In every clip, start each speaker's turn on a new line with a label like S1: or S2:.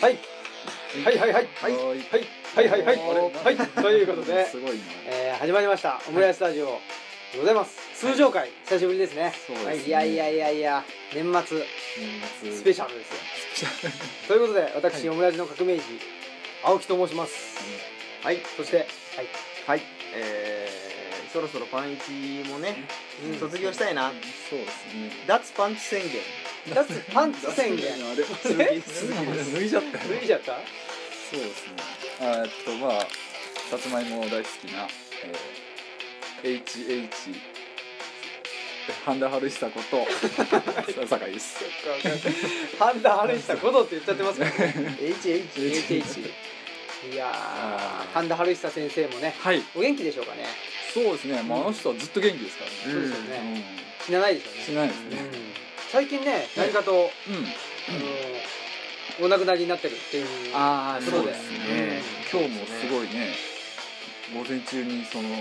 S1: はいはいはいはいはい
S2: はー
S1: はい
S2: い
S1: はいはいはいはいということで、
S2: すごいな
S1: えー、始まりましたオムライスタジオでございます通常回久しぶりですね
S2: そうですね
S1: はいいやいやいやいや年末
S2: 年末
S1: スペ
S2: シ
S1: シャルですよ
S2: ャル
S1: ということで私、
S2: は
S1: オ
S2: い
S1: ムライスの革命児青木と申します
S3: はい
S1: そしてはい
S3: はいえー、そろそろパンイチもね、
S1: うん
S3: 卒業したいな
S2: そうですね
S3: 脱パンチ宣言
S1: 脱パンツ宣言
S2: あれ
S3: 続き続きです
S2: 脱いじゃったよ
S1: 脱いじゃった
S2: そうですねあーえっとまあさつまいも大好きな、えー、HH 半田春久こと酒井です
S1: ハンダハルヒさんことって言っちゃってますからね
S3: HHHH
S2: HH
S1: いや
S2: あ
S1: ー
S2: ー
S1: ハンダハルヒさ先生もね
S2: はい
S1: お元気でしょうかね
S2: そうですね、まあ、あの人はずっと元気ですか
S3: う
S2: ら
S3: ん
S2: ね、
S1: そうですよ
S2: う
S1: ね、
S2: ん、
S1: 死なないでしょ
S2: 死
S1: うね
S2: なないです
S1: う
S2: ね
S1: ん最近ね何かと、
S2: うん
S1: あのお亡くなりになってるっていう
S2: あ
S1: ー
S2: そうですね
S3: そう
S2: 今
S3: ですね
S2: 日もすごいね午前中にそのなん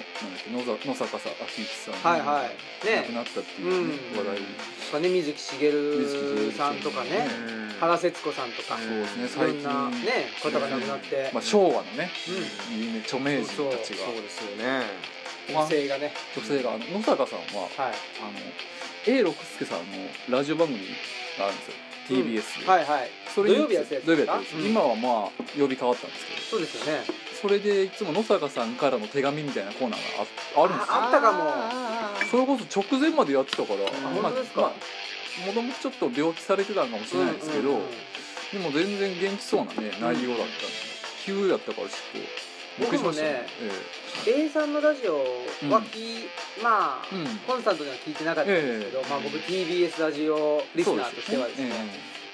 S2: だっけ野坂野坂さん明之さん
S1: はいはい
S2: 亡く
S1: ね
S2: なったっていう、ね
S1: うん
S2: 話題
S1: 金水木しげるさんとかね
S2: う
S1: 原節子さんとか
S2: そうですね
S1: いろ
S2: 最
S1: んなね
S2: 近、
S1: 方が亡くなって
S2: まあ、昭和のね
S1: う
S2: 有名著名人たちが
S3: そうですよね
S1: ん女性がね
S2: 女性があの野坂さんは
S1: はい
S2: あの A 六輔さんのラジオ番組があるんですよ TBS で、
S1: はいはい
S2: それに
S1: 土曜日やってたやつ
S2: 土曜日やってるや
S1: う
S2: つ
S1: ん
S2: 今はまあ曜日変わったんですけど
S1: そうですよね
S2: それでいつも野坂さんからの手紙みたいなコーナーがああるんですよ
S1: あったかも
S3: も
S2: それこそ直前までやってたから
S3: あ
S1: 本当ですか
S2: まあもともとちょっと病気されてたのかもしれないですけど、
S1: うんうんうん
S2: でも全然元気そうなね内容だったんで、急だったからちょっとびっくりしましたえ
S1: A さんのラジオは聞いまあ
S2: えうん
S1: コンスタントには聞いてなかったんですけど
S2: ええ
S1: まあ僕 TBS ラジオリスナーとしてはです
S2: そう
S1: ね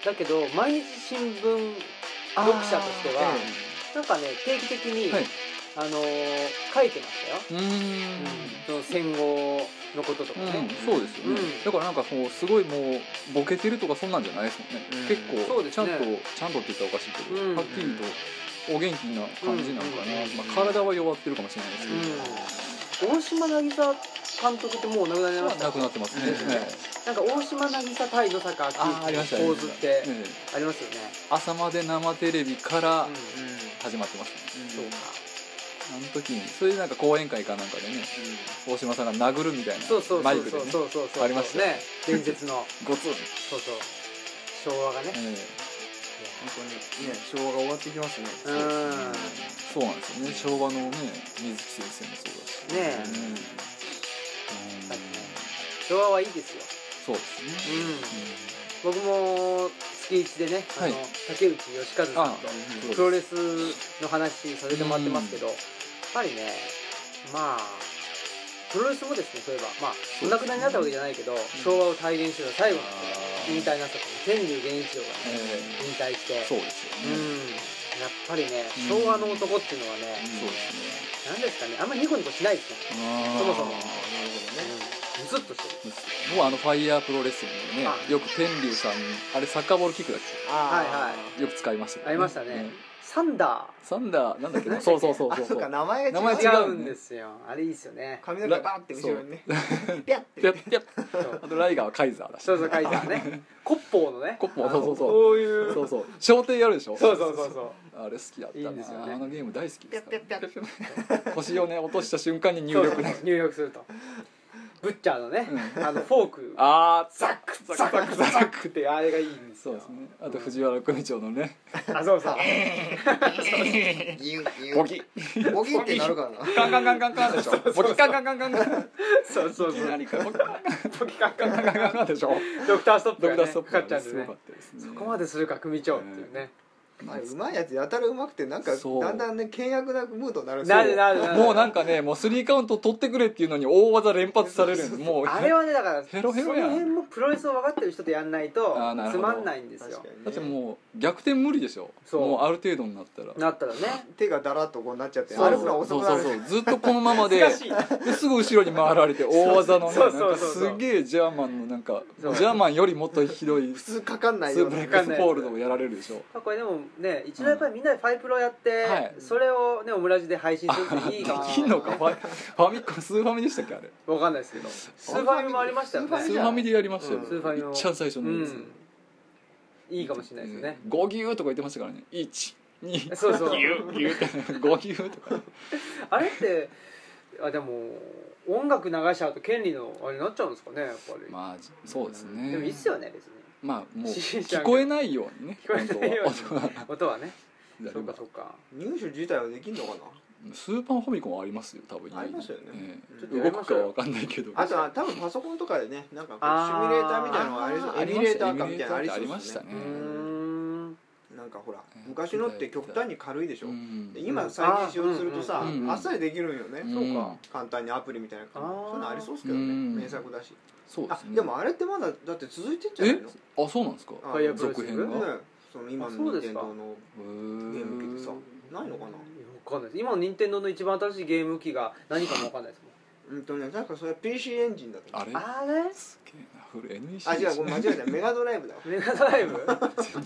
S1: だけど毎日新聞読者としてはなんかね定期的に、
S2: はい
S1: あのー書いてましたよ、
S2: ええうーん
S1: その戦後のこととか
S2: うん
S1: ね、
S2: そうですよね、
S1: うん
S2: だからなんかこうすごいもうボケてるとかそんなんじゃないですもんね、
S3: うん
S2: 結構
S1: そうですね
S2: ちゃんとちゃんとって言ったらおかしいけど、
S1: うん
S2: はっきりとお元気な感じなのか
S1: う
S2: な、
S1: ん
S2: まあ、体は弱ってるかもしれないですけど、
S1: 大島渚監督ってもうお亡くなりになりま
S2: は
S1: した
S2: なくなってますね、
S3: うん
S2: ええ
S1: なんか大島渚対野坂
S2: あーあり
S1: 明
S2: ま
S1: の
S2: したね
S1: 構図って
S2: え
S1: あ
S2: え
S1: りますよね、
S2: 朝まで生テレビから
S1: うん
S2: 始まってますね、
S1: そうか
S2: あの時にそれでなんか講演会かなんかでね大島さんが殴るみたいな
S1: そうそう
S2: マ
S1: そ
S2: イ
S1: う
S2: クで
S1: そ
S2: ね
S1: うそうそうそう
S2: ありましたよ
S1: ね伝説の
S2: ゴツン、
S1: そうそう昭和がね、
S2: ええ
S3: 本当にね昭和が終わってきますね
S1: うん
S2: そうなんですよね昭和のね水木先生もそうだ
S1: ね
S2: し
S1: え
S2: うんうん
S1: はい昭和はいいですよ
S2: そうですね、
S1: 僕も月一でね、あ
S2: は
S1: の
S2: い
S1: 竹内義和さんと
S2: あ
S1: プロレスの話させてもらってますけど、やっぱりねまあプロレスもですねそういえばまあお
S2: うですね
S1: 亡くなりになったわけじゃないけど、昭和を体現してた最後の引退なさったの天竜源一郎がね、
S2: え
S1: 引退して
S2: えそうですよ
S1: う
S2: ね、
S1: んやっぱりね昭和の男っていうのはね、
S2: そうで
S1: な
S2: す
S1: ん、何ですかねあんまりニコニコしないですね、
S2: ねあー
S1: そもそも
S2: で
S1: うん、ずっとしてる
S2: すもうあのファイヤープロレスリングね
S1: あ
S2: よく天竜さんあれサッカーボールキックだっ
S3: あ
S2: けよく使いましたよ
S1: ありましたねサンダ
S2: サンダーなんだっけな
S1: なんだっけ
S2: そうそうそう
S3: あ
S2: そう
S3: そうか名前違う
S2: 名
S1: ー
S2: 前
S1: 違
S2: 違う
S1: うんですよあれいいですよね
S3: 髪の毛バーって後ろにねピャッ
S2: ピャ
S3: て
S2: ッピャッ
S1: そう
S2: あとライガーはカイザーだし
S1: そうそう書いてある ねコッポーのね
S2: コッポーそうそうそう
S1: そういう
S2: そうそう商店やるでしょ
S1: そうそうそうそう
S2: あれ好きだった
S1: いいんですよね
S2: あのゲーム大好きですか
S3: ピャッピャッピ
S2: ら腰をね落とした瞬間に入力ね
S1: 入力するとブッチャーのねあのフォーク
S2: あー
S1: ザックザックザックってあれがいいんです
S2: そう
S1: よ
S2: ですねあと藤原組長のね
S1: あそうそう
S3: ギュンギュン
S2: ボキ
S3: ボキってなるからな
S2: カンカンカンカンカンでしょボキカンカンカンカンカン
S1: そうそう
S2: いきなりボキカン
S1: そう時間
S2: カンカンカンカンでしょ
S1: ドクターストップ
S2: ド
S1: が
S2: ク
S1: ね
S2: ターストップ
S1: かかっちゃうんです
S2: ご
S1: ね
S2: かったですね
S1: そこまでするか組長っていうね
S3: あれうまいやつやたらうまくてなんか
S2: そう
S3: だんだんね険悪なムードになるんですよ
S1: なるなるなる
S2: もうなんかねもうスリーカウント取ってくれっていうのに大技連発されるんですもう
S1: あれはねだから
S2: ヘロヘロ
S1: そ
S2: やん
S1: の辺もプロレスを分かってる人とやんないと
S2: あーなる
S1: つ
S2: ほど
S1: まんないんです
S3: 確
S1: よ
S3: かにね
S2: だってもう逆転無理でしょ
S1: そう
S2: もうある程度になったら
S1: な ったらね
S3: 手がだらっとこうなっちゃって
S1: そう
S3: あれすら遅
S2: そう
S3: くな
S2: そう
S3: る
S2: そうずっとこのままで
S1: 難しい
S2: ですぐ後ろに回られて大技のね
S1: そ
S2: な
S1: うんそうそう
S2: か
S1: そうそう
S2: すげえジャーマンのなんかジ
S1: そう
S2: ャーマンよりもっとひどい
S3: 普
S2: ス
S3: 通かかんないよ
S2: ー
S3: う
S2: プ
S3: な
S2: レックスホールドをやられるでしょ
S1: まあこれでもね一度やっぱりみんなでファイプロやって、
S2: はい
S1: それをねオムラジで配信するっていいかも
S2: で
S1: し
S2: き
S1: れ
S2: ん
S1: ない
S2: のかファファミコンスーファミでしたっけあれ
S1: わかんないですけどスーファミもありましたよね
S3: ス
S2: スー
S3: ーフ
S2: フ
S3: ァ
S2: ァ
S3: ミ
S2: ミ
S3: じ
S2: でやりましたよ
S3: うん
S1: スーファミの
S2: いっちゃん最初
S1: う
S2: のやつ
S1: んいいかもしれないですよね、
S2: うん五牛とか言ってましたからね一二
S1: そうそう
S2: 牛 牛って五牛とか
S1: あれってあでも音楽流しちゃうと権利のあれになっちゃうんですかねやっぱり、
S2: まあそうですね
S1: でもいいっすよね別に
S2: まあもう
S1: しーちゃん
S2: 聞
S1: が
S2: こえないようにね
S1: 聞こえないように
S2: 本当は音が
S1: 音はね
S2: や
S1: そ
S2: れ
S1: うか
S2: ば
S1: そうか
S3: 入手自体はできんのかな
S2: スーパーファミコンはありますよ多分家に
S3: ありますよね
S2: ええ
S3: ちょっ
S1: とや
S2: 動
S1: りま
S2: く
S1: しょ
S2: か
S1: うよ
S2: は分かんないけど
S3: あとは多分パソコンとかでねなんかこう
S1: あー
S3: シミュレーターみたいなのがあり
S1: あ
S3: そう
S1: ー
S3: エミュレーターかみたいなの
S2: あ
S3: あり
S2: り
S3: そう
S2: ま
S3: で
S2: し
S3: す
S2: た
S3: よ
S2: ね
S1: うーん
S3: なんかほら
S2: えー
S3: 昔のって極端に軽いでしょ
S2: うん
S3: で今再認識をするとさ、
S1: うん
S2: うんうん
S3: あっさりできるんよね、
S2: うんそうか
S3: 簡単にアプリみたいな感じ
S1: あー
S3: そういうのありそうっすけどね、
S2: うん
S3: 名作だし
S2: そうで
S3: あ
S2: すね
S3: でもあれってまだだって続いてんじゃない
S2: え
S3: の
S2: あそうなんですかへ
S3: あ
S1: ファイアーブレ
S2: 続
S1: ス
S2: 編
S1: ブ
S2: が
S1: ルー
S3: ねその今
S1: あそ
S3: の
S1: うです
S3: 任天
S1: か
S3: 堂のゲ
S2: ー
S3: ーム機でさないのか
S1: わ
S3: な
S1: かんないです今の任天堂の一番新しいゲーム機が何かもわかんないです
S3: うんとねなんかそれは PC エンジンだと
S2: あ
S3: 思
S2: れ
S3: う
S1: もんあれ
S2: すげえなフル NEC
S3: あ違う
S2: です
S3: ご
S2: ね
S3: めん間違えたメガドライブだわ
S1: メガドライブ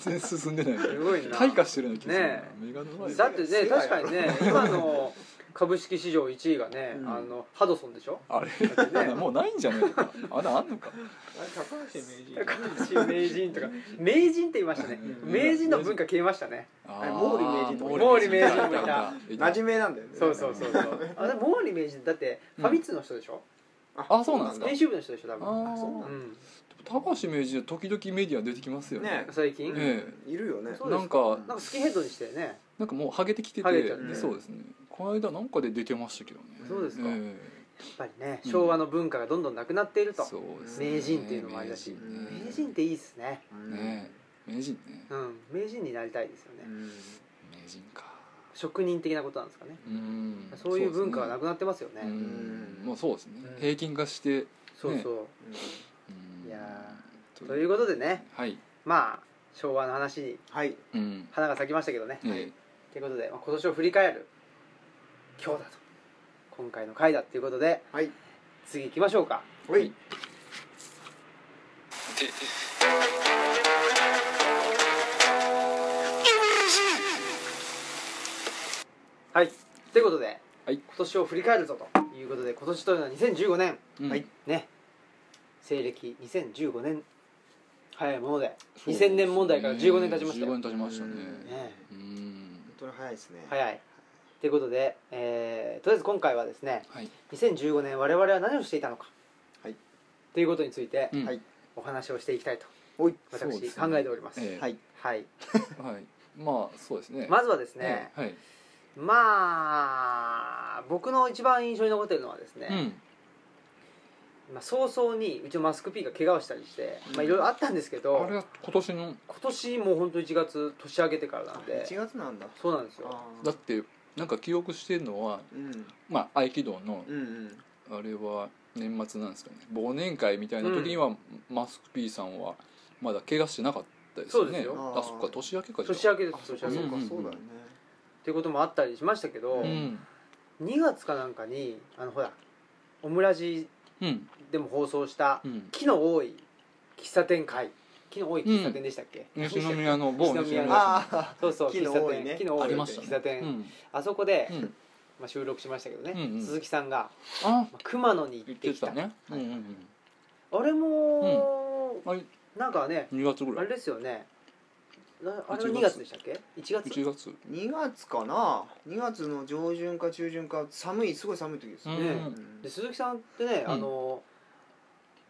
S2: 全然進んで ない
S1: すごいな
S2: 退化してるような気がするな
S1: ね
S2: メガドライブ
S1: だってね確かにね今の株式市場1位がね、
S3: うん
S1: あのハドソンでしょ
S2: あれ
S1: だってね
S2: もうないんじゃないのかあれあんのか
S3: あれ高橋名人
S1: 高橋 名人とか名人って言いましたね
S3: うん
S1: 名人の文化消えましたね
S2: あ
S3: あれ毛利名人とか
S1: 毛利名人もいた
S3: 馴染めなんだよね
S1: そうそうそうそうあれ毛利名人だってファミ通の人でしょ、
S2: あそうなんですか
S1: 編集部の人でしょ多分
S2: ああ
S3: そうなん
S1: うん
S2: 高橋名人は時々メディア出てきますよね
S3: ね
S1: 最近、
S2: え
S3: いるよね
S1: そう
S2: なんか
S1: なんかスキンヘッドにしてね、
S2: なんかもうハゲてきて
S1: ハゲ
S2: て
S1: ちゃって
S3: ね
S2: そうですねこの間なんかで出てましたけどね
S3: うん
S1: そうですか、やっ
S2: え
S1: ぱりね
S2: うん
S1: 昭和の文化がどんどんなくなっている
S2: え
S1: と、
S2: そうです
S1: 名人っていうのもありだし
S2: ね
S1: 名人っていいっすね
S3: うん
S2: ね名人ね
S1: うん名人になりたいですよね、
S3: うん
S2: 名人か
S1: 職人的なことなんですかね
S2: うん
S1: そういう文化はな
S2: く
S1: くなってますよね
S2: うんもうそうですね
S1: うん
S2: 平均化して
S1: そうそう
S2: うん
S1: いやということでね
S2: はい
S1: まあ昭和の話に
S3: はい
S2: うん
S1: 花が咲きましたけどね、
S2: え
S1: ということで、まあ、今年を振り返る今日だと今回の回だということで
S3: はい
S1: 次行きましょうか
S3: ほい
S1: はいということで、
S2: はい
S1: 今年を振り返るぞということで今年というのは2015年
S2: えうん
S3: はい
S1: ね西暦2015年早いもので
S2: そうです
S1: 2000
S2: ね
S1: 年問題から15年経ちましたよ、
S2: 15
S1: ね
S2: 年経ちましたね
S1: え、
S2: うん
S3: 本当に早いですね
S1: 早いということで、えーとりあえず今回はですね
S2: はい
S1: 2015年我々は何をしていたのか、
S3: はい
S1: ということについて
S2: うん
S3: はい
S1: お話をしていきたいと
S3: ほい
S2: そう
S1: 私、
S2: ですね
S1: 考えております、
S2: ええ
S3: はい
S1: はい、
S2: はいまあそうですね
S1: まずはですね、
S2: はい
S1: まあ僕の一番印象に残ってるのはですね、
S2: うん
S1: まあ、早々にうちのマスク P が怪我をしたりして、まあ、いろいろあったんですけど
S2: あれは今年の
S1: 今年もう本当1月年明けてからなんで
S3: 1月なんだ
S1: そうなんですよ
S3: あー
S2: だってなんか記憶してるのは
S3: うん
S2: まあ合気道の
S3: うんうん
S2: あれは年末なんですかね忘年会みたいな時には、マスク P さんはまだ怪我してなかったですよ
S1: そう
S2: ね
S1: ですよ
S2: あそっか年明けかじゃあ
S1: 年明けで
S3: あ
S1: す
S3: そう
S1: 年
S3: か
S1: 明
S3: そ
S1: けっ
S2: う
S3: うか
S2: んうん
S3: そうだよね
S1: ていうこともあったりしましたけど、
S2: うん
S1: 2月かなんかにあのほらオムラジ
S2: うん
S1: でも放送した
S2: うん
S1: 木の多い喫茶店会木の多い喫茶店でしたっけ、
S2: 西宮の
S1: 西
S2: 某西
S1: 宮
S2: 宮
S1: の
S2: の
S3: ああ
S1: そうそう
S3: 木
S1: 喫
S3: の
S1: 茶
S3: 多い
S1: 店
S3: ね
S1: 木の多
S2: あ
S1: い
S2: りましたね
S1: 喫茶店、
S2: うん
S1: あそこで、
S2: うん
S1: まあ、収録しましたけどね、
S2: うんうん
S1: 鈴木さんが、
S2: あ
S1: まあ、熊野に行
S2: 言
S1: っ
S2: って
S1: て
S2: き
S1: きた
S2: たねうんうん
S1: あれも、
S2: うんあれ
S1: なんかね
S2: 2月ぐ
S1: あ
S2: らい
S1: れですよねなあれ
S2: 1
S1: 2月でしたっけ1月
S2: 1月
S3: 2月かな2月の上旬か中旬か寒いすごい寒い時です
S2: うん
S3: ね、
S1: ね
S3: うん
S1: で鈴木さんってね、
S2: うん
S1: あの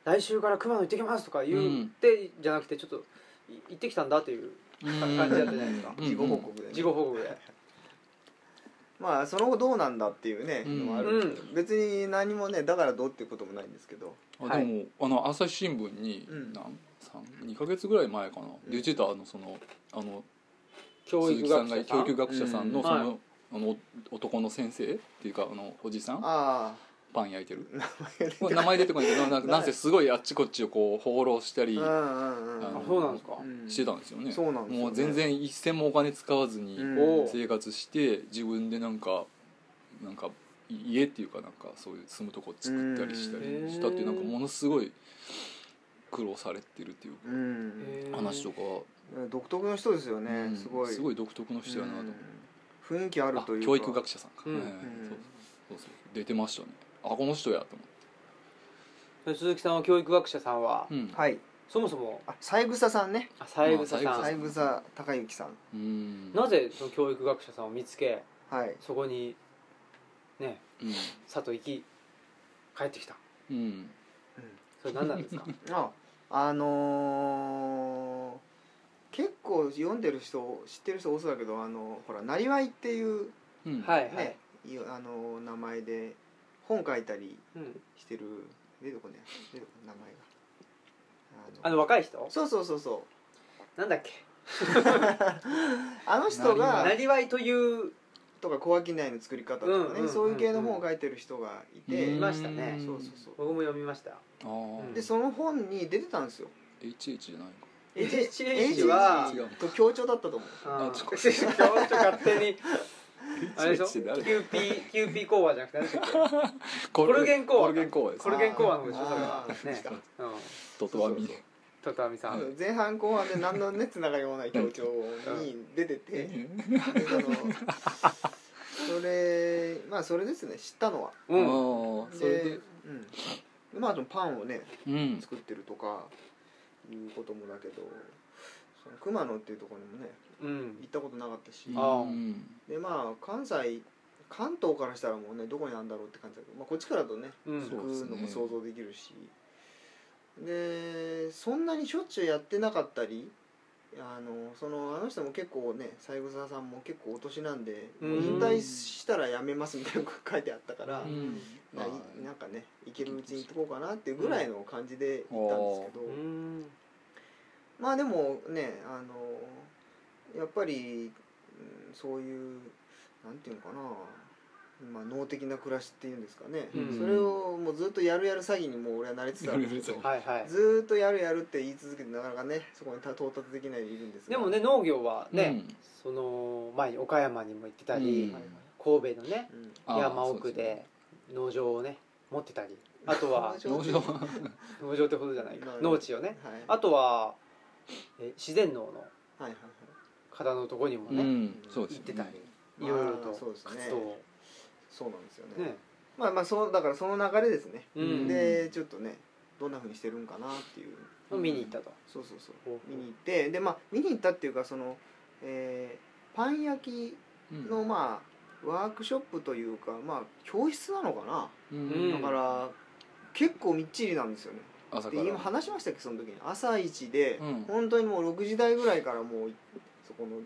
S1: 来週から熊野行ってきますとか言って、じゃなくてちょっとい行ってきたんだという
S2: うん
S1: 感じだったじゃないですか
S2: うん
S3: 事後報告で、ね
S1: 事後報告で、
S3: まあその後どうなんだっていうね、
S2: うん
S3: のもあるけど、別に何もねだからどうっていうこともないんですけど
S2: あでも、あの朝日新聞に
S3: うん
S2: 何三二ヶ月ぐらい前かな出てたあのそのあの
S1: 教
S2: 鈴
S1: 育
S2: 木さ
S1: 学者
S2: ん
S1: さ
S2: が教
S1: ん
S2: 育学者さん
S3: う
S2: の
S1: ん
S2: そ
S1: は
S2: のあの男の先生っていうかあのおじさん
S3: あ
S2: パン焼いてる
S3: あ名
S2: こ
S3: 前が出て
S2: れ名前出てこないけ どなんかなんせすごいあっちこっちをこう放浪したり
S3: うんうんうん
S2: あ
S1: あ
S2: の
S1: そうなんですか、
S3: うん
S2: してたんですよね
S3: そうなんですよね
S2: もう全然一銭もお金使わずに
S3: うん
S1: お
S2: 生活して自分でなんかなんか家っていうかなんかそういう住むとこ作ったりしたり
S1: うん
S2: したっていうなんかものすごい苦労されてるっていう
S3: うん
S2: 話と
S1: か
S2: か
S3: 独特の人ですよね、
S2: うん
S3: すごい
S2: すごい独特の人やなと思って
S3: うん雰囲気ある
S2: あ
S3: というか
S2: 教育学者さんか、
S1: うん
S2: はいはいそうそうそう出てましたねあこの人やと思って
S1: 鈴木さんは教育学者さんは、
S2: うん、
S3: はい
S1: そもそも
S3: あ三枝さんね
S1: あ三枝
S2: ま
S1: さ
S2: あ
S1: ん、
S3: 三枝孝之さん
S2: うん
S1: なぜその教育学者さんを見つけ
S3: はい
S1: そこにね
S2: うん
S1: 佐藤行き帰ってきた
S2: うん
S1: それ何なんです か
S3: ああのー結構読んでる人知ってる人多そうだけどあのほらなりわいっていう
S2: うん
S1: はい
S2: い
S1: はい、
S3: ね、いあの名前で本書いたり
S1: うん、
S3: してる出てこね出てこない名前が
S1: あの若い人
S3: そうそうそうそう
S1: なんだっけ
S3: あの人が
S1: なりわいという
S3: とか小商いの作り方とかね、
S1: うんうんうんうん
S3: そういう系の本を書いてる人がいて、
S1: いましたね
S3: そうそうそう
S1: 僕も読みました
S2: あー
S3: でその本に出てたんですよ
S2: HH じゃないのか
S1: HH は
S2: HH 違う
S3: と強調だったと思う
S1: あ
S2: あちょ
S1: ちょ勝 手にあれでしょ
S2: HH って誰
S1: キューピーキューピー講話じゃなくて何でしたっけ
S2: コ
S1: ルゲンコア
S2: コルゲンコアです
S1: コルゲンコアの方でしょそれ
S3: あ
S1: は
S3: ー
S1: ね
S3: そう
S1: うん
S2: ドトワミ
S3: そうそう
S1: トトアミさん、
S2: はい
S3: 前半後半で何のねつながりもない強調に出ててでそのそれまあそれですね知った のは
S2: う
S1: うん
S2: んあーそれで、
S3: うん、まあそのパンをね
S2: うん
S3: 作ってるとかいうこともだけどその熊野っていうところにもね
S1: うん
S3: 行ったことなかったし
S1: あー
S2: うん
S3: でまあ関西関東からしたらもうねどこにあるんだろうって感じだけど、まあ、こっちからだとね
S1: うん
S2: そうです
S3: 行
S2: ね
S3: くのも想像できるしでそんなにしょっちゅうやってなかったりあのそのあの人も結構ね三枝さんも結構お年なんでもう引退したらやめますみたいなのが書いてあったから、
S1: うん
S3: な
S2: はい
S3: いなんかね行けるうちに行こうかなっていうぐらいの感じで行ったんですけど、
S1: うん
S3: まあでもねあのやっぱり、うんそういうなんていうのかな、まあ、能的な暮らしっていうんですかね、
S1: うん
S3: それをもうずっとやるやる詐欺にもう俺は慣れてたんですけ
S2: やるやる
S3: ど
S1: はいはい
S3: ずーっとやるやるって言い続けてなかなかねそこに到達できないでいるんです
S1: で
S3: が
S1: もね農業はね、
S2: うん
S1: その前に岡山にも行ってた
S2: う
S1: り
S2: ん、
S1: 神戸のね
S3: うん
S2: あー
S1: 山
S2: そう
S1: 奥
S2: す
S1: で
S2: ね
S1: 農場をね持ってたりあとは
S2: 農場は
S1: 農場ってほどじゃないか
S3: まあ
S1: 農地をね
S3: はい
S1: あとはえ自然農の
S3: はいはいはい
S1: 方のとこにも
S2: う
S1: ね、
S2: んそうです
S1: 行
S2: よ
S1: ってたり
S3: ま
S1: い
S3: あ
S1: ろいろと
S3: そうですね
S1: 活動を
S3: そうなんですよね
S1: ね
S3: まあまあそうだからその流れですね、
S1: うん
S3: でちょっとねどんなふうにしてるんかなっていう
S2: うん
S1: 見に行ったと、
S3: そうそうそう
S1: ほうほう
S3: 見に行ってでまあ見に行ったっていうかその、えーパン焼き
S2: うん
S3: のまあワークショップというかまあ教室なのかな、
S2: うん
S1: うん
S3: だから結構みっちりなんですよね
S2: 朝から
S3: で今話しましたっけその時に朝一で、
S2: うん
S3: 本当にもう6時台ぐらいからもうそこの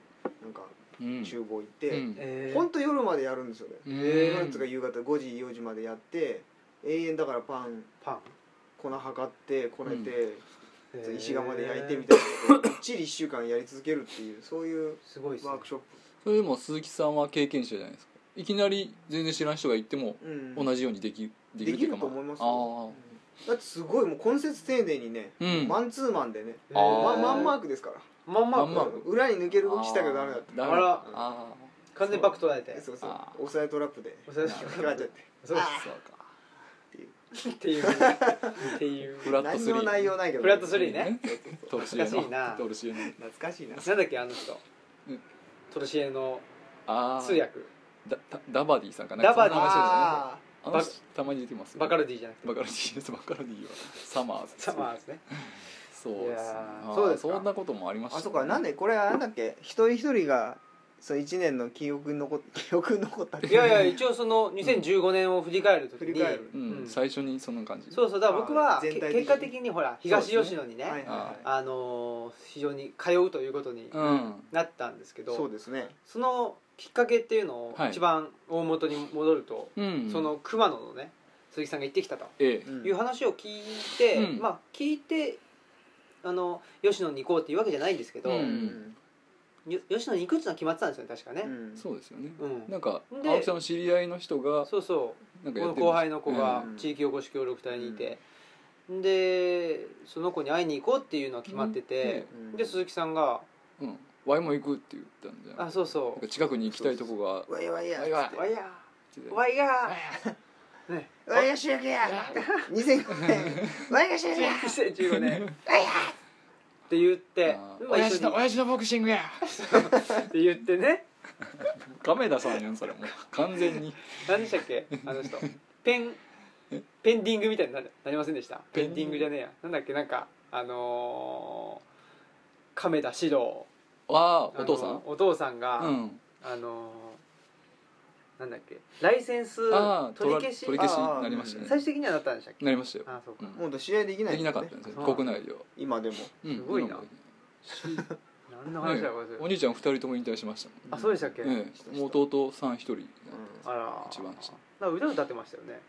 S3: なんか
S2: うん
S3: 厨房行って、
S2: うん
S1: えー
S3: 本当夜までやるんですよね、
S1: えー
S3: 夜とか夕方5時4時までやって永遠だからパン
S1: パン、
S3: 粉測ってこねて、
S1: えー
S3: 石窯で焼いてみたいなことをきっちり1週間やり続けるっていうそういう
S1: すごいですね
S3: ワークショッ
S2: それでも鈴木さんは経験者じゃないですかいきなり全然知らん人が行っても
S3: プ、うん
S2: 同じようにできで
S3: で
S2: きるという
S3: きると
S2: か
S3: 思います
S2: ああ
S3: よ、うんだってすごいもう根節丁寧にね、
S2: うん
S3: マンツーマンでね、
S1: え
S2: あー
S3: ま、マンマークですから、
S1: まんま
S2: マンマーク
S3: 裏に抜ける動きしたけどダメだった
S2: あー
S1: あら
S2: あ
S1: 完全にバック取られて
S3: そうそう
S2: あー
S3: 押さえトラップで
S1: お世話に
S3: 引っか
S1: な
S3: か
S1: っ
S3: っち
S1: ちゃ
S3: ゃっ
S1: ってそう
S2: ー
S1: で
S2: そうか
S1: すっていうっていう
S2: フラット
S3: 何
S2: スリ
S3: の
S2: ー
S3: 内容ないけど
S1: フラットスリーね
S3: そうそうそう
S2: トルシエ
S1: 懐かしいな
S2: のトルシエの
S3: 懐かしい
S1: な
S3: な
S1: んだっけあの人、
S2: うん
S1: トルシエの
S2: ああ
S1: 通訳
S2: ダダダバディさんかな
S1: ダバディ
S2: そんな話ですよ
S3: あ
S2: ねあの人たまに出てますよ
S1: バカルディじゃなくて
S2: バカルディですバカルディはサマーズ
S1: サマーですね
S2: そうですね
S1: いやー
S2: あー
S1: そうですか
S2: そんなこともありまし
S3: ー
S2: た
S3: あそうかなんでこれなんだっけ一人一人がそう1年の記憶に残っ 記憶に残ったって
S1: いやいや一応その2015年を振り返るときに
S3: 振り返る
S2: うん
S1: うん
S2: 最初にその感じ
S1: そうそうだから僕は
S3: あー
S1: け
S3: 全体的に
S1: 結果的にほら東吉野にね
S3: はいはいは
S1: あのー非常に通うということに
S2: うん
S1: なったんですけ
S3: い
S1: ど、
S3: そうですね
S1: そのきっかけっていうのを
S2: はい
S1: 一番大元に戻ると、
S2: うん
S1: その熊野のね鈴木さんが行ってきたと
S2: ええ
S3: うん
S1: いう話を聞いて、
S2: うん
S1: まあ聞いてあの吉野に行こうっていうわけじゃないんですけど、
S2: う
S3: うんん
S1: よ吉野に行くっていうのは決まってたんですよね確かね、
S3: うん
S2: そうですよね
S1: うん
S2: なんか
S1: で
S2: 青木さんの知り合いの人が
S1: そうそ
S2: なん
S1: う
S2: か
S1: こ
S2: や
S1: の
S2: ってる
S1: 後輩の子が
S3: うん
S1: 地域おこし協力隊にいて、でその子に会いに行こうっていうのは決まってて、
S3: うん
S1: で鈴木さんが
S2: うんワイも行くって言ったんじ
S1: 「
S2: ゃん
S1: あそうそ
S2: なんか近くに行きたいとこが
S3: わいわいや
S2: わいわ
S1: うわいや
S2: って
S1: わいやね
S3: わいが主役や2005年わいが主役や
S1: 2015年って言って
S2: あー
S1: まあ一緒に
S2: 親父のボクシングや
S1: って言ってね
S2: 亀田さんやんそれもう完 全に
S1: 何でしたっけあの人ペンペンディングみたいにななりませんでしたペンディングじゃねえやなんだっけなんかあのー亀田史郎
S2: わ
S1: あの
S2: あお父さん
S1: お父さんが、
S2: うん
S1: あのーなんだっけライセンス
S2: ああ
S1: 取り消し
S2: 取り消し
S3: ああ
S2: になりました
S1: 最
S2: ね
S1: 終的にはなったんでしたっけ
S2: なりましたよ
S1: ああそうか、
S2: うん
S3: もう試合できな
S2: で
S3: い
S2: き
S3: す
S2: な
S3: ね
S2: かったんです
S1: あ
S2: よ
S1: あ
S2: 国内では
S3: 今でも
S2: うん
S1: すごいな
S2: 今も
S1: 何の話だこれ、
S2: お兄ちゃん二人とも引退しましたもん
S1: あそうでしたっけ、
S2: ええもう弟さん一人になって
S1: あら
S2: 一番下
S1: なんか歌歌ってましたよね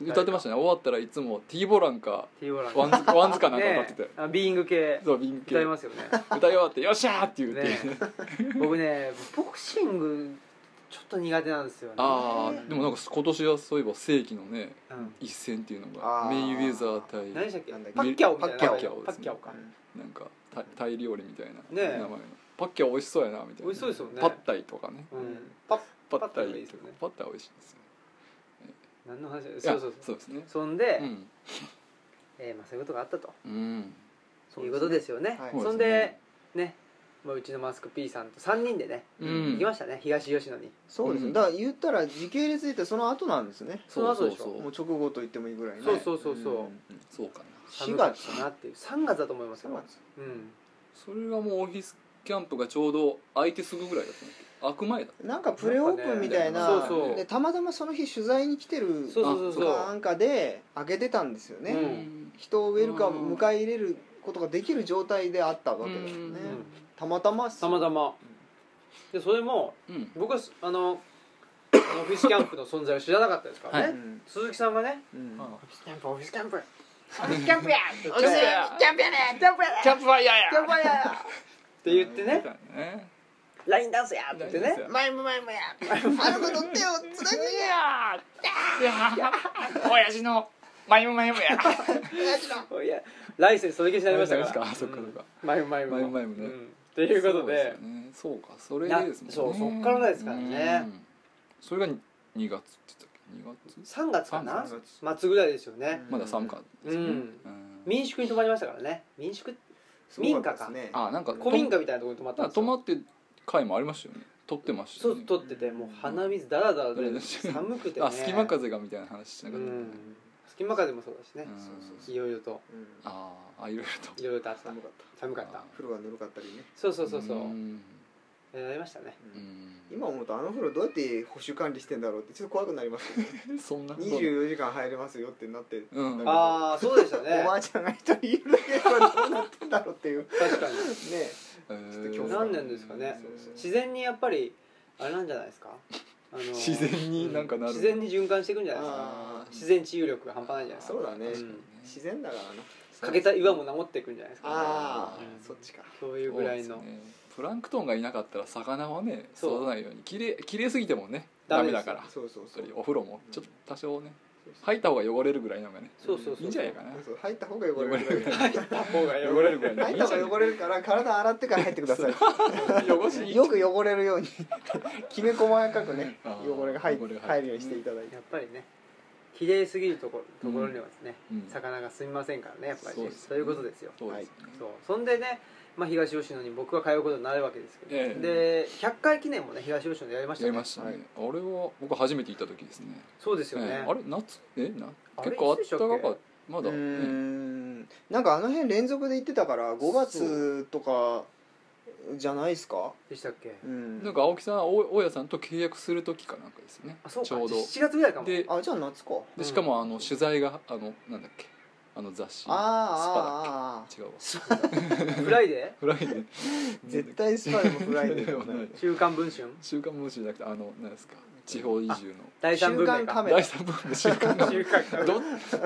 S2: 歌ってましたね終わったらいつも T ボランか
S1: T ボラン
S2: ワンズワンズかなんか歌
S1: ね
S2: ってて
S1: あビーイング系
S2: そうビンケ
S1: 歌いますよね
S2: 歌い終わって「よっしゃー!」って言って、
S1: ね僕ねボクシングちょっと苦手なんですよね
S2: ああでもなんか今年はそういえば世紀のね
S1: うん
S2: 一戦っていうのが
S3: あー
S2: メイウェザー対
S1: 何でしたっけ
S3: なんだっけ
S1: パッキャオみたいな
S2: パッキャオ
S1: パッキャオか
S2: なんかタイタイ料理みたいな
S1: ねえ
S2: 名前のパッキャ美味しそうやなみたいな
S1: 美味しそうですよね
S2: パッタイとかね
S1: うんパッ
S2: パ
S1: パ
S2: ッ
S1: ッタ
S2: タ
S1: イ
S2: イ
S1: いいです
S2: と
S1: よ
S2: か
S1: ね
S2: パッタイ美味しいですよ
S1: 何の話だ
S2: いや
S1: そうそうそう
S2: そうですね
S1: そんで、
S2: うん
S1: えーまあ、そういうことがあったと
S2: うん
S1: いうことですよね
S3: はい
S1: そんでね、まあ、うちのマスク P さんと3人でね、
S2: う
S1: 行
S2: ん
S1: きましたね東吉野に
S3: そうです
S2: う
S3: ね
S2: ん
S3: だから言ったら時系列で言ったらその後なんですね
S1: その後でしょ
S2: そう
S3: もう直後と言ってもいいぐらいね
S1: そうそうそうそうん
S2: そうかな
S1: 寒
S3: 4
S1: かっ
S3: 月
S1: たなっていう3月だと思います
S3: 3
S1: よ、
S3: 月
S1: うん、
S2: それがもうオフィスキャンプがちょうど空いてすぐぐらいだったんだっけ開く前だった
S3: なんかプレオープンみたいな
S1: なんかねそうそう
S3: でたまたまその日取材に来てる
S1: そうそうそうそう
S3: なんかで開けてたんですよね、
S1: うん
S3: 人をウェルカム迎え入れることができる状態であったわけですよね、
S2: うん
S3: たまたまっす
S1: たまたまでそれも
S2: うん
S1: 僕はあのあのオフィスキャンプの存在を知らなかったですからね、
S2: は
S3: うん
S1: 鈴木さんがね
S3: うん
S1: 「オフィスキャンプオフィスキャンプオフィスキャンプや!」って言っ
S2: キャンプ
S1: て
S2: や
S3: キャンプやねキャンプやね
S2: キャンプファイヤーや
S3: キャンプやね
S1: って言ってね
S2: ね
S1: 「ラインダンスや!」って言って
S2: ラインダンス
S1: ね
S2: や
S3: マイムマイムやあの子の手をつなぎや
S2: 親父のマイムマイム や
S3: 親父 の
S1: いやライセンス取り消しになりましたから
S2: あそっかそっか
S1: うんマイムマイムも
S2: マイムマイムね
S1: うんということで
S2: そうですよねそうかそれですもんね
S1: そうそっからですからね
S2: うんそれが2月って言ったっけ2月
S1: 3月かな
S2: 3
S1: 末ぐらいですよね
S2: まだ寒かったですね
S1: うん
S2: うん
S1: 民宿に泊まりましたからね民宿民家か
S2: あなんか
S1: 古民家みたいなところに泊まっ
S2: な
S1: たん
S2: んか
S1: です
S2: 泊ま
S1: よ
S2: って回もありましたよね撮ってました
S1: そ
S2: よ
S1: う
S2: ね
S1: 撮っててもう鼻水ダラダラ
S2: う
S1: で
S2: ん
S1: 寒くてね
S2: あ隙間風がみたいな話しなか
S1: う
S2: った
S1: ん隙間風もそうだしね
S2: うんそうそう
S1: いろいろと
S2: あーあいろい
S1: い
S2: ろ
S1: ろいろとあった
S3: 寒かった
S1: 寒かった
S2: あ
S3: 風呂がぬるかったりね
S1: そう
S2: と
S1: そうそうそう
S2: うん
S1: やりましたね
S2: うん
S3: 今思うとあの風呂どうやって補修管理してんだろうってちょっと怖くなりますよね
S2: そんな
S3: 24時間入れますよってなって
S2: うん
S3: なんか
S1: ああそうでしたね
S3: おばあちゃんが一人いるだけではどうなってんだろうっていうね
S1: 確かに
S2: えー
S3: ちょっと
S1: 何年ですかね
S3: そうそう
S1: 自然にやっぱりあれなんじゃないですかあの
S2: 自然になんかなる
S1: 自然に循環していくんじゃないです
S3: あ
S1: か
S3: ー
S1: 自然治癒力が半端ないじゃないですか
S3: そうだね
S1: うん
S3: 自然だからな
S1: 欠けた岩も守っていくんじゃないですか
S3: ああ
S1: うん
S3: そっちか
S1: そういうぐらい
S2: そ
S1: の
S2: うですねプランクトンがいなかったら魚はね
S1: そう
S2: 育たないようにきれいきれいすぎてもね
S1: ダ
S2: ダ
S1: メで
S2: メだ
S1: すよ
S2: から
S3: そうそうそう
S2: お風呂もちょっと多少ね
S3: そうそう
S2: 入った方が汚れるぐらいのがね
S1: そうそうそう
S2: いいんじゃないかな
S3: そう入った方が汚れるぐらい
S1: 入った方が
S2: 汚れるぐらいのがいい
S3: 入っ
S2: んじゃ
S3: た
S2: ない
S3: 方が汚れるから体洗ってから入ってください
S2: 汚し
S3: よく汚れるように きめ細やかくね
S2: あー
S3: 汚れが入っ
S2: 汚れが入る
S3: 入るようにしていただいて
S1: やっぱりね綺麗すぎるところところにはですね、
S2: うんうん
S1: 魚が住みませんからねやっぱり
S2: そう
S1: ね
S2: ですね
S1: そういうことですよ、
S2: そうですね
S1: そうそんでね、まあ、東吉野に僕は通うことになるわけですけど、
S2: ええ
S1: で100回記念もね東吉野でやりました
S2: や
S1: ね
S2: りました
S3: は
S2: ね
S3: い
S2: あれは僕初めて行った時ですね
S1: そうですよね、
S2: ええあれ夏えな
S1: あれ
S2: 結構あったか
S1: いつでした
S2: か
S1: っ
S2: ま
S3: う
S2: だ
S3: ー
S2: ね
S3: んなんかあの辺連続で行ってたから5月とかじゃないですか
S1: でしたっけ
S3: うん
S2: なんか青木さんは大大家さんと契約する時かなんかですね
S1: あそうか
S2: ちょうど
S1: 7月ぐらいかも
S2: で
S3: あじゃあ夏か
S2: でしかもあの取材があのなんだっけあの雑誌
S3: あーあ
S2: 違
S3: ーあ
S2: うわ
S1: フライデ
S2: フライデー
S3: ー絶対スパでもフライデーでもな
S2: ない
S3: い
S1: ー週刊文春
S2: 週刊文春じゃなくてあの何ですか地方移住の
S1: 第三文明
S3: 週刊カメラ
S2: 第三部の週刊
S1: 週刊カメラ
S2: ど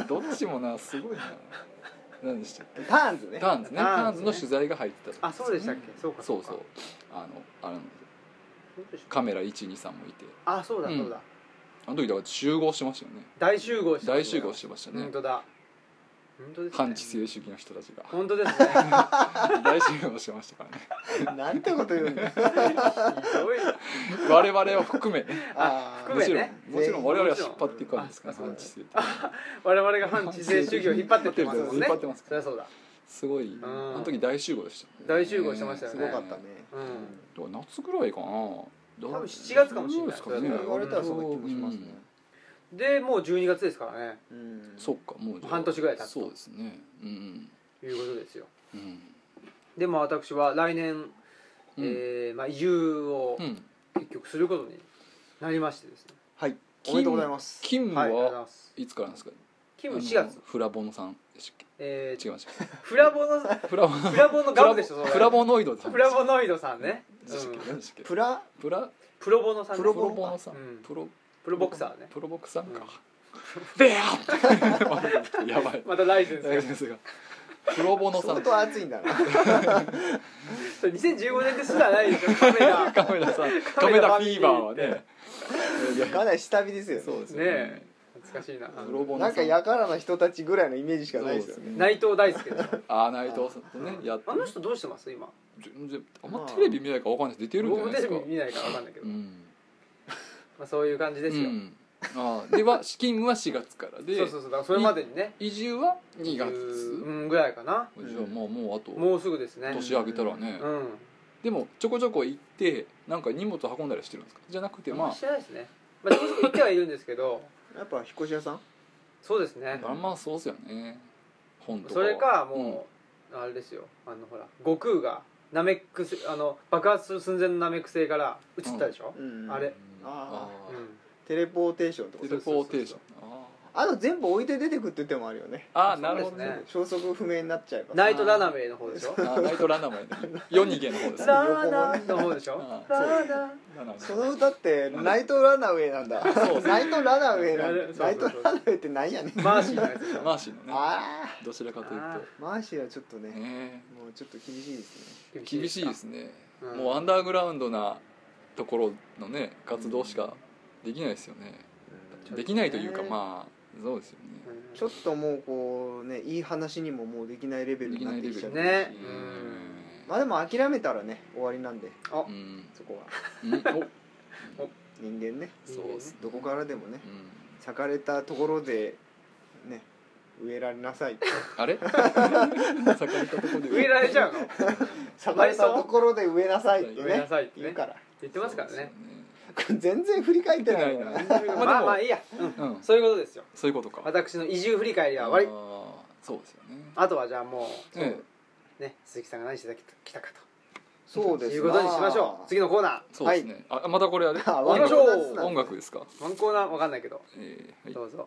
S2: どっちもなすごいな何でしたっ
S3: ターンズ
S2: け
S3: ね
S2: ターンズね
S1: タ
S2: タ
S1: ー
S2: ー
S1: ン
S2: ン
S1: ズ
S2: ズ
S1: ね
S2: の取材が入ってた
S1: あそうでしたっけそうか
S2: そうそう
S1: か
S2: あのあれなんですよ
S1: そうでした
S2: カメラ123もいて
S1: あそうだそうだ、
S2: うんあの時だから集合してましたよね
S1: 大集合して
S2: 大集合してましたね
S1: 本当だ本当ですね
S2: 反知性主義の人たちが
S1: 本当 ですね
S2: 大集合してましたからね
S3: なんてこと言うん だ
S1: ひどいな
S2: 我々を含め
S3: あ
S1: 含
S3: ー
S2: も
S1: め
S2: ちろ
S1: ね
S2: んもちろん我々は引っ張っていくわけですから
S1: あそうだ
S2: 反
S1: ね
S2: 知性って
S1: 我々が反知性主義を引っ張ってってますもんね
S2: 引っ張ってます
S1: そりゃそうだ
S2: すごい
S1: ん
S2: あの時大集合でしたね
S1: 大集合してましたよ
S3: す
S1: ね
S3: ごかったね
S1: うん
S2: だから夏ぐらいかな多
S1: 多分7月かもしれない
S2: ですかね
S1: うん
S3: 言われたらそんな気もしますね
S1: でもう12月ですからね
S3: うん
S2: そっかもうじゃあ
S1: 半年ぐらい経つと
S2: そうですねうん
S1: いうことですよ
S2: うん
S1: でまあ私は来年、
S2: うん
S1: えーまあ、移住を
S2: うん
S1: 結局することになりましてですね、
S3: はいお
S2: 勤
S3: めでとうございます
S2: 勤務
S1: はいありがとうござい
S2: は
S1: ます
S2: いつからなんですか
S1: 勤務4
S2: あ
S1: 月
S2: のフラボノさんでしたっ
S1: えー
S2: け違いましたっ
S1: フラ ボの
S2: けフラボノ
S1: フラボの ガムでしょそれ
S2: フラボノイドさん
S1: フラボノイドさんね、
S2: でしたっけ
S1: うん
S2: 何でしたっけ
S3: プラ
S2: プラ
S1: プロボノさんね
S2: プ
S3: プロ
S2: ロ
S3: ボ
S2: ボ
S3: ノ
S2: ノさん
S1: うん
S2: プロ
S1: プロボクサーね
S2: プロボクサーか
S1: うん
S2: でやっ やばい
S1: またライセンス
S2: 大
S1: が
S2: 丈夫ですがプロボノさ
S3: 相
S2: ん
S3: 当熱いんだな
S1: それ2015年ですらないでしょカメラ
S2: カメラさんカメラフィーバーはね
S3: かなり下火ですよ
S2: そう
S3: ね
S2: ですよ
S1: ねえ
S2: ね
S1: 懐かしいな
S2: プロボノ
S3: なんか
S2: さん
S3: やからな人たちぐらいのイメージしかないですよね
S1: 内藤大輔でしょ
S2: あー内藤さんとねやっ
S1: あの人どうしてます今
S2: 全然あんまテレビ見ないからわかんないです出てるんじゃ
S1: 僕
S2: な
S1: も
S2: いで
S1: テ
S2: す
S1: レ
S2: か
S1: ビ見ないから分かんないけど、
S2: う
S1: ま
S2: ん
S1: あ、そういう感じですよ、
S2: うんあーでは資金は4月からで
S1: そうそうそうだからそれまでにね
S2: 移住は2月
S1: 20うんぐらいかな
S2: じゃあもうもうあと
S1: もうすぐですね
S2: 年明けたらね
S1: うん
S2: でもちょこちょこ行ってなんか荷物運んだりしてるんですかじゃなくて
S1: まあ
S2: ま
S1: してないですねまあ正直言ってはいるんですけど
S3: やっぱ引っ越し屋さん
S1: そうですね
S2: ああんまそうっすよね本とか
S1: そ
S2: は
S1: れかもう、あれですよあのほら悟空がナメックスあの爆発する寸前のナメック星から映ったでしょ、
S3: うん
S1: あ
S2: う
S1: れ
S2: ん
S3: あ
S1: う
S2: あ
S1: ん
S3: テレポーテーションって
S2: ー
S3: こ
S2: テ
S3: と
S2: レポーテーション
S3: あと全部置いて出てくって手もあるよね
S2: あーあー
S1: そ
S2: な
S1: う
S2: る
S1: で
S2: ほ
S1: す
S2: ど
S1: ね
S2: ね
S3: 消息不明になっちゃえば
S1: ナイト・ラナメイの方でしょ
S2: あーライトランナーもやね夜逃げの方 ですね
S1: ラーナの方でしょ
S2: あー
S1: ラーナ
S2: ランナー
S3: その歌ってナイトランナーウェイなんだナイトランナーウェイなんだナ
S1: そう
S3: イ
S1: そ
S3: ト
S1: うそう
S3: ランナーウェイってなんやねん
S1: マーシーのやつでしょ
S2: マーシーのね
S3: あ
S2: どちらかという
S1: あ
S2: と
S3: あマーシーはちょっとね
S2: ね
S3: もうちょっと厳しいです
S2: 厳しいですね
S1: うん
S2: もうアンダーグラウンドなところのね活動しかできないですよね
S3: ね
S2: できないというか
S3: ね
S2: まあそうですよね
S1: うん
S3: ちょっともうこうねいい話にももうできないレベルになってきちゃ
S1: でき
S3: う
S1: ないレベルね
S2: うん
S3: まあでも諦めたらね終わりなんで
S1: あ
S2: うん
S3: そこは
S2: うんお
S3: 人間ね
S2: そうですね
S3: どこからでもね
S2: うん
S3: 咲かれたところでね植えられなさい
S2: あれ盛りたとこで
S1: 植えられちゃうの
S3: 咲かれたところで植えなさいって
S1: 植え
S3: ね
S1: なさいって
S3: 言う
S1: ね
S3: から
S1: 言ってますからね
S3: これ全然振り返ってない
S2: 振り返ってない
S1: ま
S2: な
S3: な
S1: あでもまあまあいいや
S2: そうですよねうん
S1: そういうことですよ
S2: そういうことか
S1: 私の移住振り返りは終わり
S2: あーそうですよね
S1: あとはじゃあも
S2: ええ
S1: うね鈴木さんが何してきたか
S3: そう
S1: と
S3: です
S1: いうことにしましょう次のコーナ
S2: そうですねあまたこれあれ
S3: あ
S1: 行きましょう
S3: ワンコーナーなん
S2: 音楽ですか
S1: ーワンコーナーわかんないけど
S2: ええはい
S1: どうぞ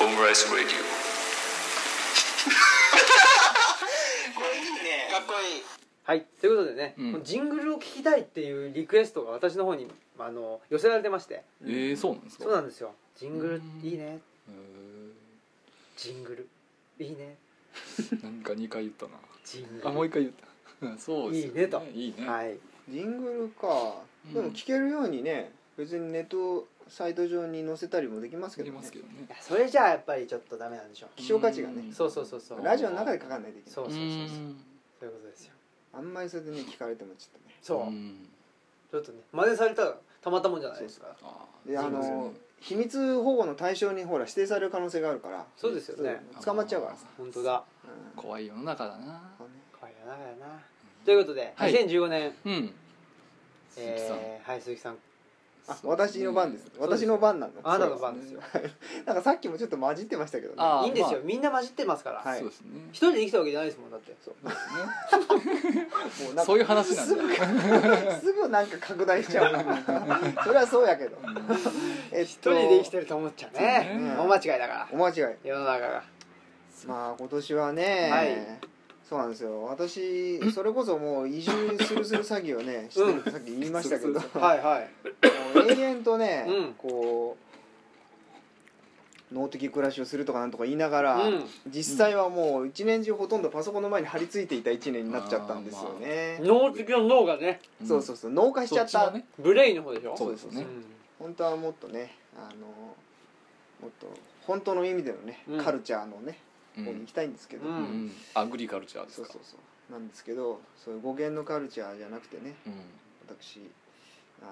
S4: オムライスラディ
S1: はいということでね、
S2: うん
S1: このジングルを聞きたいっていうリクエストが私の方にあの寄せられてまして
S2: ええそうなんですか
S1: そうなんですよジングル
S2: うん
S1: いいね
S2: え
S1: ジングルいいね
S2: ーなんか二回言ったな
S1: ジン
S2: あも
S1: グ
S2: う一回言った うんそうですよ
S1: いいねと
S2: いいね
S1: ルはい
S3: ジングルか
S2: うん
S3: でも聞けるようにね別にネットサイト上に載せたりもできますけ
S2: 言い
S3: ど
S2: ま
S3: ね
S2: すけどね
S1: いやそれじゃあやっぱりちょっとダメなんでしょ
S3: 希少価値がね
S2: うん
S1: そうそうそうそううん
S3: ラジオの中で書かないといけな
S1: そ
S3: いう
S1: そうそうそう
S2: うん
S1: そういうことですよ
S3: あんまりそれでね聞かれてもちょっとね
S1: そう、
S2: ん
S1: ちょっとね真似されたらたまったもんじゃないですから
S2: あー
S3: であ
S2: そうすよ
S3: の
S2: ね
S3: 秘密保護の対象にほら指定される可能性があるから
S1: そうですよね
S3: そう捕まっちゃうからさ、
S1: 本当だ
S3: うん
S2: 怖い世の中だな
S3: こうね
S1: これやなこれやなということで、
S2: はい
S1: 2015年
S2: うん鈴木さん
S1: えー、はい鈴木さん
S3: あ私の番です
S2: そう
S3: 私の番なの
S1: あなたの番ですよ
S3: なんかさっきもちょっと混じってましたけどね
S2: あー
S1: いいんですよ、
S2: まあ
S1: みんな混じってますから、
S3: はい
S2: そうですね
S1: 一人で生きたわけじゃないですもんだって
S3: そう
S2: ね
S3: もうなんか
S2: そういう話なんだ
S3: すぐすぐなんか拡大しちゃうそれはそうやけどえっ
S1: 一
S3: と
S1: 人で生きてると思っちゃうね
S2: そう
S3: ね
S1: 大間違いだから
S3: お間違い
S1: 世の中が
S3: まあ今年はね、
S1: はい
S3: そうなんですよ私それこそもう移住するする詐欺をねしてるってさっき言いましたけ
S2: う
S3: ど、
S2: ん
S3: も
S1: はいはいう
S3: 永遠とね、
S1: うん
S3: こう脳的暮らしをするとかなんとか言いながら、
S1: うん
S3: 実際はもう一年中ほとんどパソコンの前に張り付いていた一年になっちゃったんですよね、
S1: 脳付きの脳がね
S2: うん
S3: そうそうそう脳化しち
S2: そ
S3: ゃ
S2: っ
S3: っ
S2: ちの
S3: た
S2: ね
S1: ブレインの方でしょ
S2: そうですよね
S1: ん
S3: 本当はもっとねあのもっと本当の意味でのね、
S1: うん
S3: カルチャーのね
S2: うん
S3: 方に行きたいんですけど、
S1: うん
S2: うんアグリカルチャーです
S3: そう
S2: か
S3: そうそうなんですけどそういう語源のカルチャーじゃなくてね
S2: うん
S3: 私あ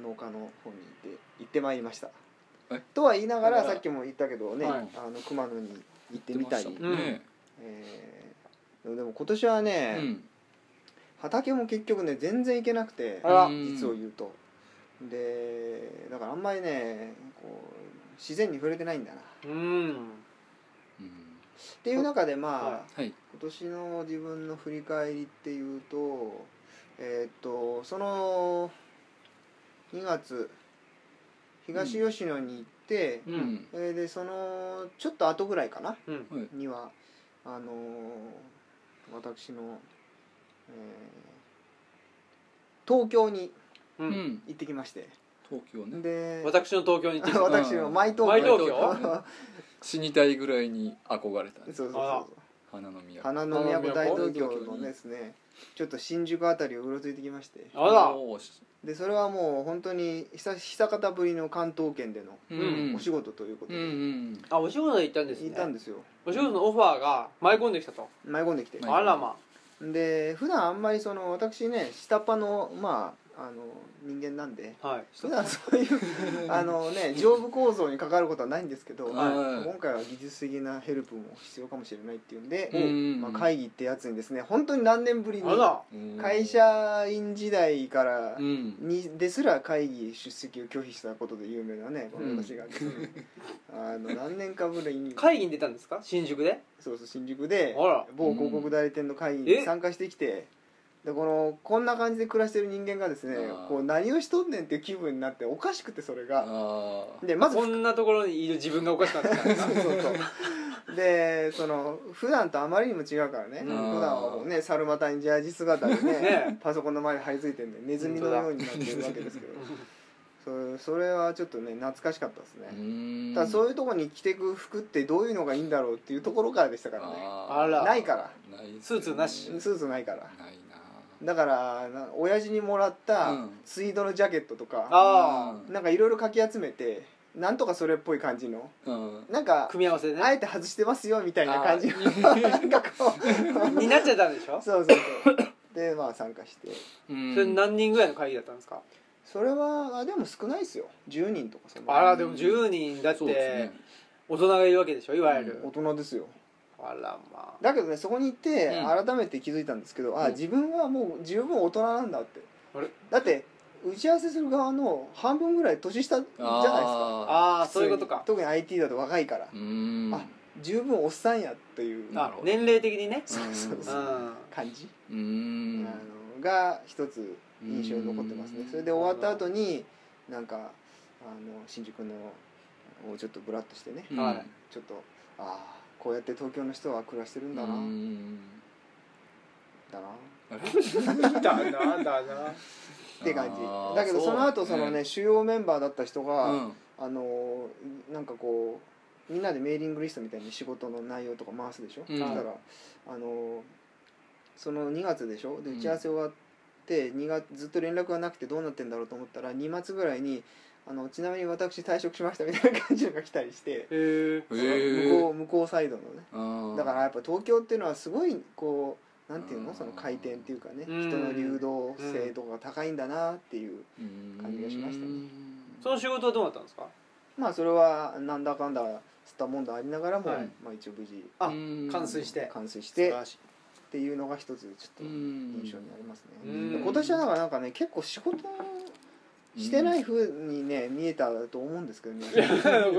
S3: の農家の方に行って行ってまいりました
S2: え
S3: とは言いながら
S2: だから
S3: さっきも言ったけどね、
S2: はい
S3: あの熊野に行ってみたり
S2: 言ってましたもんね
S3: えーでも今年はね、
S2: うん
S3: 畑も結局ね全然行けなくて
S1: あら
S2: うん
S3: 実を言うとでだからあんまりねこう自然に触れてないんだなっ
S1: うん
S2: うん
S3: ていう中でま
S1: は
S3: あ、
S1: い
S2: はい
S3: 今年の自分の振り返りっていうとえーっとその2月東吉野に行って、
S1: う
S2: うんん
S3: えーでそのちょっと後ぐらいかな
S1: うん
S2: はい
S3: にはあのー私の、えー東京に
S1: う
S2: うんん
S3: 行ってきまして
S2: 東京ね
S3: で
S1: 私の東京に行ってきた
S3: 私のマイ東
S1: マイ東
S3: 京
S2: 京死にたいぐらいに憧れた
S3: そうそうそう
S1: あ
S3: そう
S2: 花の都
S3: 花の都大東京
S2: 花の
S3: の
S2: 都
S3: ですねちょっと新宿あたりをうろついてきまして
S1: あら
S2: おーし
S3: でそれはもう本当に久久方ぶりの関東圏での
S2: うん
S1: う
S3: お仕事ということ
S2: うん
S3: で、
S2: うん
S1: あお仕事で行ったんです
S3: 行
S1: ね
S3: ったんですよ
S1: お仕事のオファーが舞い込んできたと
S3: 舞い込んできて、
S2: は舞い込んで
S1: あらま
S3: で普段あんまりその私ね下っ端のまああの人間なんで
S1: あはい
S3: 普段そういうあのね上部構造にかかることはないんですけど、
S1: はい
S3: 今回は技術的なヘルプも必要かもしれないっていうんで、
S2: うん
S3: まあ、会議ってやつにですね本当に何年ぶりに
S1: あら
S2: うん
S3: 会社員時代から
S2: うん
S3: にですら会議出席を拒否したことで有名なねこの私がですね、あの何年かぶりに
S1: 会議に出たんですか新宿で
S3: そうそう新宿で
S1: あら
S3: 某広告代理店の会議に参加してきて、でこのこんな感じで暮らしてる人間がですね
S2: あー
S3: こう何をしとんねんっていう気分になっておかしくてそれが。
S2: あー
S3: でまず
S1: こんなところにいる自分がおかしかったんですか
S3: そうそうそうでその普段とあまりにも違うからね
S1: う
S3: 普
S1: ん
S3: 段はもうね猿股にジャージ姿でね
S1: ね
S3: パソコンの前に張り付いてるんでネズミのようになってるわけですけどそそれはちょっとね懐かしかったですね、
S2: うん
S3: ただそういうとこに着てく服ってどういうのがいいんだろうっていうところからでしたからね
S2: あー
S1: あら
S3: ないから
S2: ないっす
S1: スーツなし
S3: ス
S2: よね
S3: ーツないから
S2: ないな
S3: だからな親父にもらった
S2: うん
S3: ツイードのジャケットとか、
S1: あ
S3: なんかいろいろかき集めてなんとかそれっぽい感じの
S2: うん
S3: なん
S1: あ
S3: か
S1: 組み合わせで
S3: あ
S1: ね
S3: えて外してますよみたいな感じの
S2: あ
S3: なんかこう
S1: になっちゃったんでしょ
S3: そうそうそうでまあ参加して
S2: うん
S1: それ何人ぐらいの会議だったんですか
S3: それはあでも少ないですよ10人とかそん
S1: あ
S3: な
S1: らでも10人だっ
S2: そうです
S1: て
S2: ね
S1: 大人がいるわけでしょいわゆる
S3: 大人ですよ
S1: あらま
S3: だけどねそこに行って
S2: う
S3: 改めて気づいたんですけど、
S2: う
S3: あ
S2: ん
S3: 自分はもう十分大人なんだって
S1: あれ
S3: だって打ち合わせする側の半分ぐらい年下じゃないですか
S2: あ
S1: ああー
S3: 普通
S1: そうい
S3: に
S1: うことか
S3: 特に IT だと若いから
S2: ーうん
S3: あ十分おっさんやっていう
S2: な
S1: あ
S2: るほど
S1: 年齢的にね
S3: そうそう
S1: う
S3: そうん感じ、
S2: う
S3: あ
S2: ん
S3: のが一つ印象に残ってますねそれで終わった後になんかあの新宿のをちょっとブラッとしてね、
S2: うん
S1: はい
S3: ちょっとああこうやって東京の人は暮らしてるんだな、
S2: うん
S3: だなっ
S2: あれ
S1: だなだな
S3: て感
S2: あー
S3: じだけどその後そのね主要メンバーだった人
S2: う
S3: が、
S2: ん
S3: あのーなんかこうみんなでメーリングリストみたいに仕事の内容とか回すでしょ、
S2: うん
S3: そしたらあのーその2月でしょで
S2: うん
S3: 打ち合わせ終わって2月ずっと連絡がなくてどうなってんだろうと思ったら2月ぐらいにあの「ちなみに私退職しました」みたいな感じのが来たりして
S1: へえ
S2: へ
S3: 向
S2: ー
S3: こう向こうサイドのね
S2: うん
S3: だからやっぱ東京っていうのはすごいこうなんていう
S2: う
S3: の
S2: ん
S3: その回転っていうかね
S1: うん
S3: 人の流動性とかが高いんだなっていう
S2: うん
S3: 感じがしましたね
S1: その仕事はどうなったんですか
S3: まあそれはなんだかんだ吸ったもんだありながらも、
S1: はい
S3: まあ一応無事
S1: あ
S2: うん
S1: 完遂して
S3: 完遂し
S1: 素晴
S3: て
S1: ら
S3: っ
S1: しい
S3: ていうのが一つちょっと
S2: うん
S3: 印象にあります
S1: う
S3: ね、
S1: ん
S3: 今年はだからなんかね結構仕事してないふうにね見えたと思うんですけどね
S1: こ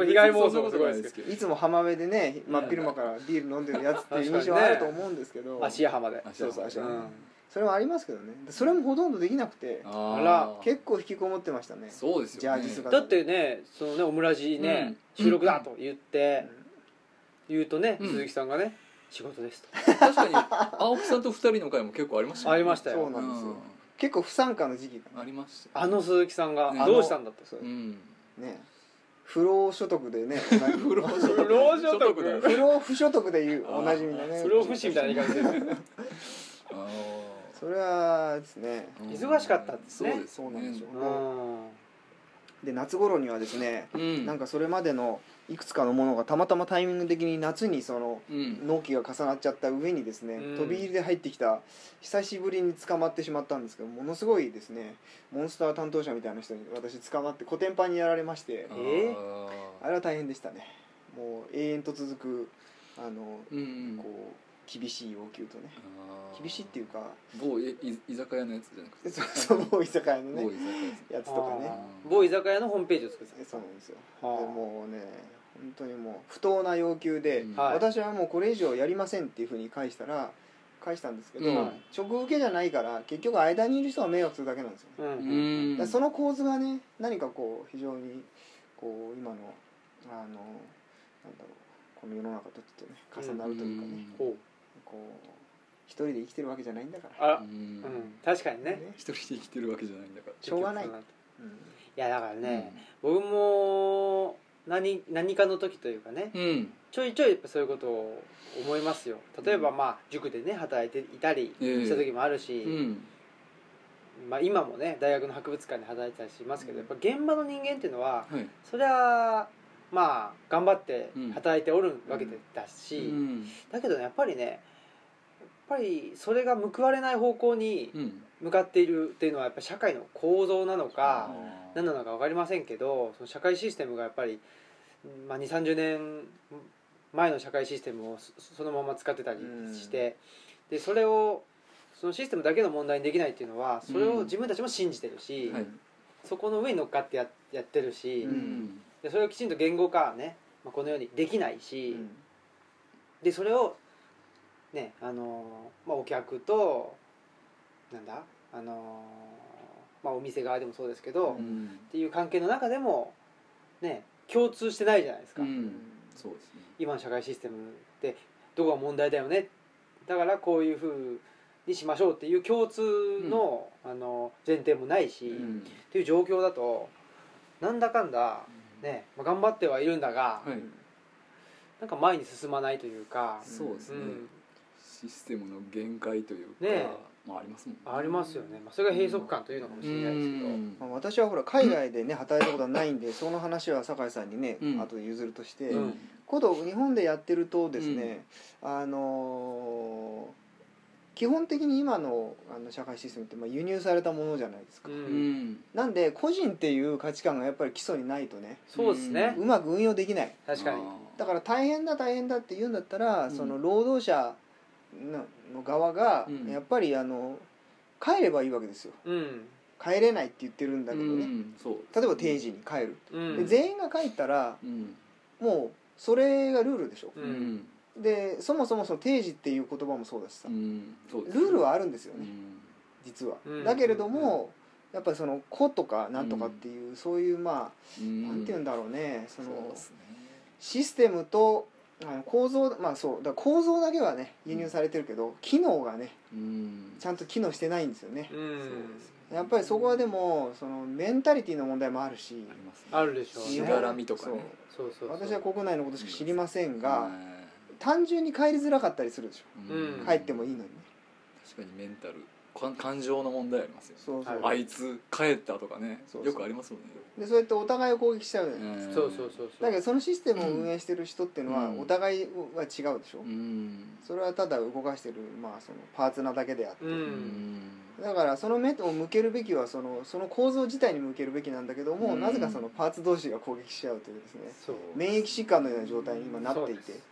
S1: れ被害妄想がすごいですけ
S3: いつも浜辺でね真っ昼間からビール飲んでるやつっていう印象はあると思うんですけど、
S1: ど芦屋浜で
S2: あ
S3: そうそう足
S1: う
S3: 山
S1: ん
S3: それはありますけどねそれもほとんどできなくて
S2: あ
S1: あら
S2: ー
S3: 結構引きこもってましたね
S2: そうですよね
S3: ジャージ姿
S1: だってねそのねオムラジね収録だと言って言うとね
S2: うん
S1: 鈴木さんがね仕事ですと
S2: 確かに青木さんと二人の会も結構ありましたよ
S1: あ
S2: ね
S1: りました
S3: そう
S1: よ
S3: なんですよ、
S2: う
S3: 結構不参加の時期
S2: ん
S3: が
S2: ありました
S1: あの鈴木さんが
S2: ね
S1: どうしたんだと
S3: そう
S2: うん
S3: ね不労所得でね不労
S1: 不労所得
S2: だよ
S3: 不労不所得でいうおなじみのね
S1: それを不死みたいな言い方で
S2: あ
S3: それはですね
S2: ー
S1: 忙しかったんですね
S2: そうです
S3: そうなんですよ
S1: う、ん
S3: で夏頃にはですね
S2: うん
S3: なんかそれまでのいくつかのものがたまたまタイミング的に夏にその
S2: うん
S3: 納期が重なっちゃった上にですね、
S1: うん
S3: 飛び入りで入ってきた久しぶりに捕まってしまったんですけどものすごいですねモンスター担当者みたいな人に私捕まってコテンパンにやられまして
S2: あ
S1: え
S2: ー
S3: あれは大変でしたねもう永遠と続くあの、
S2: うんうん
S3: こう厳しい要求とね厳しいっていううか
S2: 某いい居酒屋のやつじゃなくて
S3: そうそう居酒屋の
S2: 某居酒
S3: ね
S2: 屋です
S3: やつとかね
S1: あー某居酒屋のホームページを作ってた
S3: そうなんですよで
S1: はあ
S3: もうね本当にもう不当な要求で、
S2: うん
S1: はい
S3: 私はもうこれ以上やりませんっていうふうに返したら返したんですけど、
S2: うん
S3: 直受けじゃないから結局間にいる人が迷惑するだけなんですよね、
S1: うん
S2: う
S1: うん
S2: ん
S3: だからその構図がね何かこう非常にこう今のあのなんだろうこの世の中とちょっとね重なるというかね、
S2: う
S1: こ
S2: ん
S3: こう一人で生きてるわけじゃないんだか
S1: う
S3: ら、
S1: あらう
S2: う
S1: ん
S2: ん
S1: 確かにね
S3: ね
S2: 一人で生きてるわけじゃないんだから
S3: しょうがない
S1: 結局そう
S3: うん
S1: いやだからね、僕も何何かの時というかね
S2: うん
S1: ちょいちょいやっぱそういうことを思いますよ例えば
S3: うん
S1: まあ塾でね働いていたり
S2: ええ
S1: した時もある
S2: う
S1: し、
S2: ん
S1: まあ、今もね大学の博物館で働いてたりしますけどやっぱ現場の人間っていうのは
S2: はい
S1: そりゃまあ頑張って
S2: うん
S1: 働いておるわけでだし、
S2: うん
S1: だけどねやっぱりねやっぱりそれが報われない方向に
S2: うん
S1: 向かっているっていうのはやっぱり社会の構造なのか
S2: あー
S1: 何なのか分かりませんけどその社会システムがやっぱり、まあ、2 3 0年前の社会システムをそそのまま使ってたりして、でそれをそのシステムだけの問題にできないっていうのはそれを自分たちも信じてるし、
S2: はい
S1: そこの上に乗っかってややってるし、
S3: う
S2: うんん
S1: でそれをきちんと言語化はね、まあ、このようにできないし。
S3: うん
S1: でそれをねあのーまあ、お客となんだあのー、まあ、お店側でもそうですけど、
S3: う
S2: う
S1: っ
S2: ん
S1: ていう関係の中でもね共通してないじゃないですか、
S2: うんそうですね
S1: 今の社会システムってどこが問題だよねだからこういうふうにしましょうっていう共通の、あの前提もないし、
S2: う
S1: っ
S2: ん
S1: ていう状況だとなんだかんだ、ねまあ、頑張ってはいるんだが、
S2: はい
S1: なんか前に進まないというか、
S2: そうです
S1: う
S2: ね
S1: ん、
S2: システムの限界というか
S1: ねえ
S2: まあありますもんね
S1: ありますよね、まあ、それが閉塞感というのかもしれないですけど、
S2: うん
S3: まあ、私はほら海外でね働いたことはないんでその話は酒井さんにね、
S2: うん
S3: 後で譲るとして、
S1: うん
S3: 今度日本でやってるとですね、あのー基本的に今のあの社会システムってまあ輸入されたものじゃないですか、
S1: うん
S2: うん
S3: なんで個人っていう価値観がやっぱり基礎にないとね
S1: そうですね、
S3: うまく運用できない
S1: 確かに
S3: だから大変だ大変だって言うんだった
S2: う
S3: ら、
S2: ん
S3: その労働者のの側が
S2: うん
S3: やっぱりあの帰ればいいわけですよ
S1: うん
S3: 帰れないって言ってるんだけどね、
S2: うんそう
S3: 例えば定時に帰る、
S1: う
S3: で
S1: ん
S3: 全員が帰ったら
S2: うん
S3: もうそれがルールでしょ、
S1: う
S2: うんん
S3: でそもそもその定時っていう言葉もそうだしさ、
S2: うんそうですね
S3: ルールはあるんですよ
S2: う
S3: ね、
S2: ん
S3: 実は、
S1: うん
S3: だけれども、やっぱりその「子」とか「なんとか」っていう、そういうま
S2: う
S3: あ
S2: ん
S3: なんて言うんだろうねその
S2: そうですね
S3: システムとあの構造まあそうだから構造だけはね輸入されてるけど、機能がね
S2: うん
S3: ちゃんと機能してないんですよね、
S1: うん
S2: そうですね
S3: やっぱりそこはでもそのメンタリティの問題もあるし
S2: ありますね
S1: あるでしょう
S2: し
S1: ね
S2: がらみとかね
S1: そうそうそう
S3: 私は国内のことしか知りませんが、
S2: は
S3: 単純に帰りづらかったりするでしょ
S2: い
S1: うん
S3: 帰ってもいいのにね、
S2: 確かにメンタルか感情の問題ありますよね
S3: そうそう、
S1: は
S2: あいつ帰ったとかね
S3: そうそう
S2: よくありますもんね
S3: でそうやってお互いを攻撃しちゃうじゃない、
S2: ん
S1: そうそうそうそう
S3: だけどそのシステムを運営してる人っていうのは
S2: うん
S3: お互いは違うでしょ、
S2: うん
S3: それはただ動かしてる、まあ、そのパーツなだけであって、
S1: う
S2: うんん
S3: だからその目を向けるべきはそのその構造自体に向けるべきなんだけども、
S2: うん
S3: なぜかそのパーツ同士が攻撃しちゃうというですね
S1: そう
S3: 免疫疾患のような状態に今なってい
S1: そう
S3: て
S1: です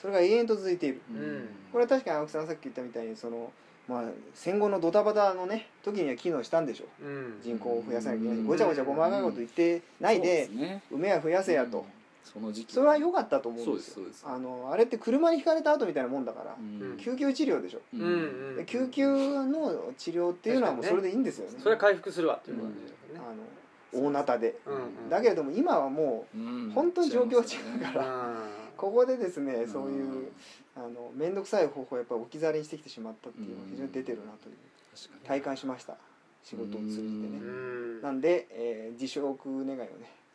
S3: それが永遠と続いている
S1: うん
S3: これは確かに青木さんさっき言ったみたいにその、まあ、戦後のドタバタのね時には機能したんでしょ
S1: うん
S3: 人口を増やさなきゃいけな
S2: う
S3: い
S2: ん
S3: ごちゃごちゃごまかいこと言ってないで
S2: そうすね
S3: 梅は増やせや
S2: う
S3: と、
S2: んその時期
S3: それは良かったと思うんですよ
S2: そうですそう
S3: あのあれって車にひかれた後みたいなもんだから、
S2: うん
S3: 救急治療でしょ、
S1: うんうん
S3: で救急の治療っていうのはもうそれでいいんですよね
S1: それは回復するわっていうことですよ
S3: あ
S1: ね
S3: の大なたで、
S1: うんうん
S3: だけれども今はもう
S2: うん
S3: 本当に状況は違うか
S1: う
S3: ら、ここでですねそういう、
S2: ん
S3: あの面倒くさい方法をやっぱり置き去りにしてきてしまったっていうのが非常に出てるなという
S2: 確かに
S3: 体感しました仕事を通じて
S1: んう
S3: ね
S1: ん
S3: なんで、えー自食願いをね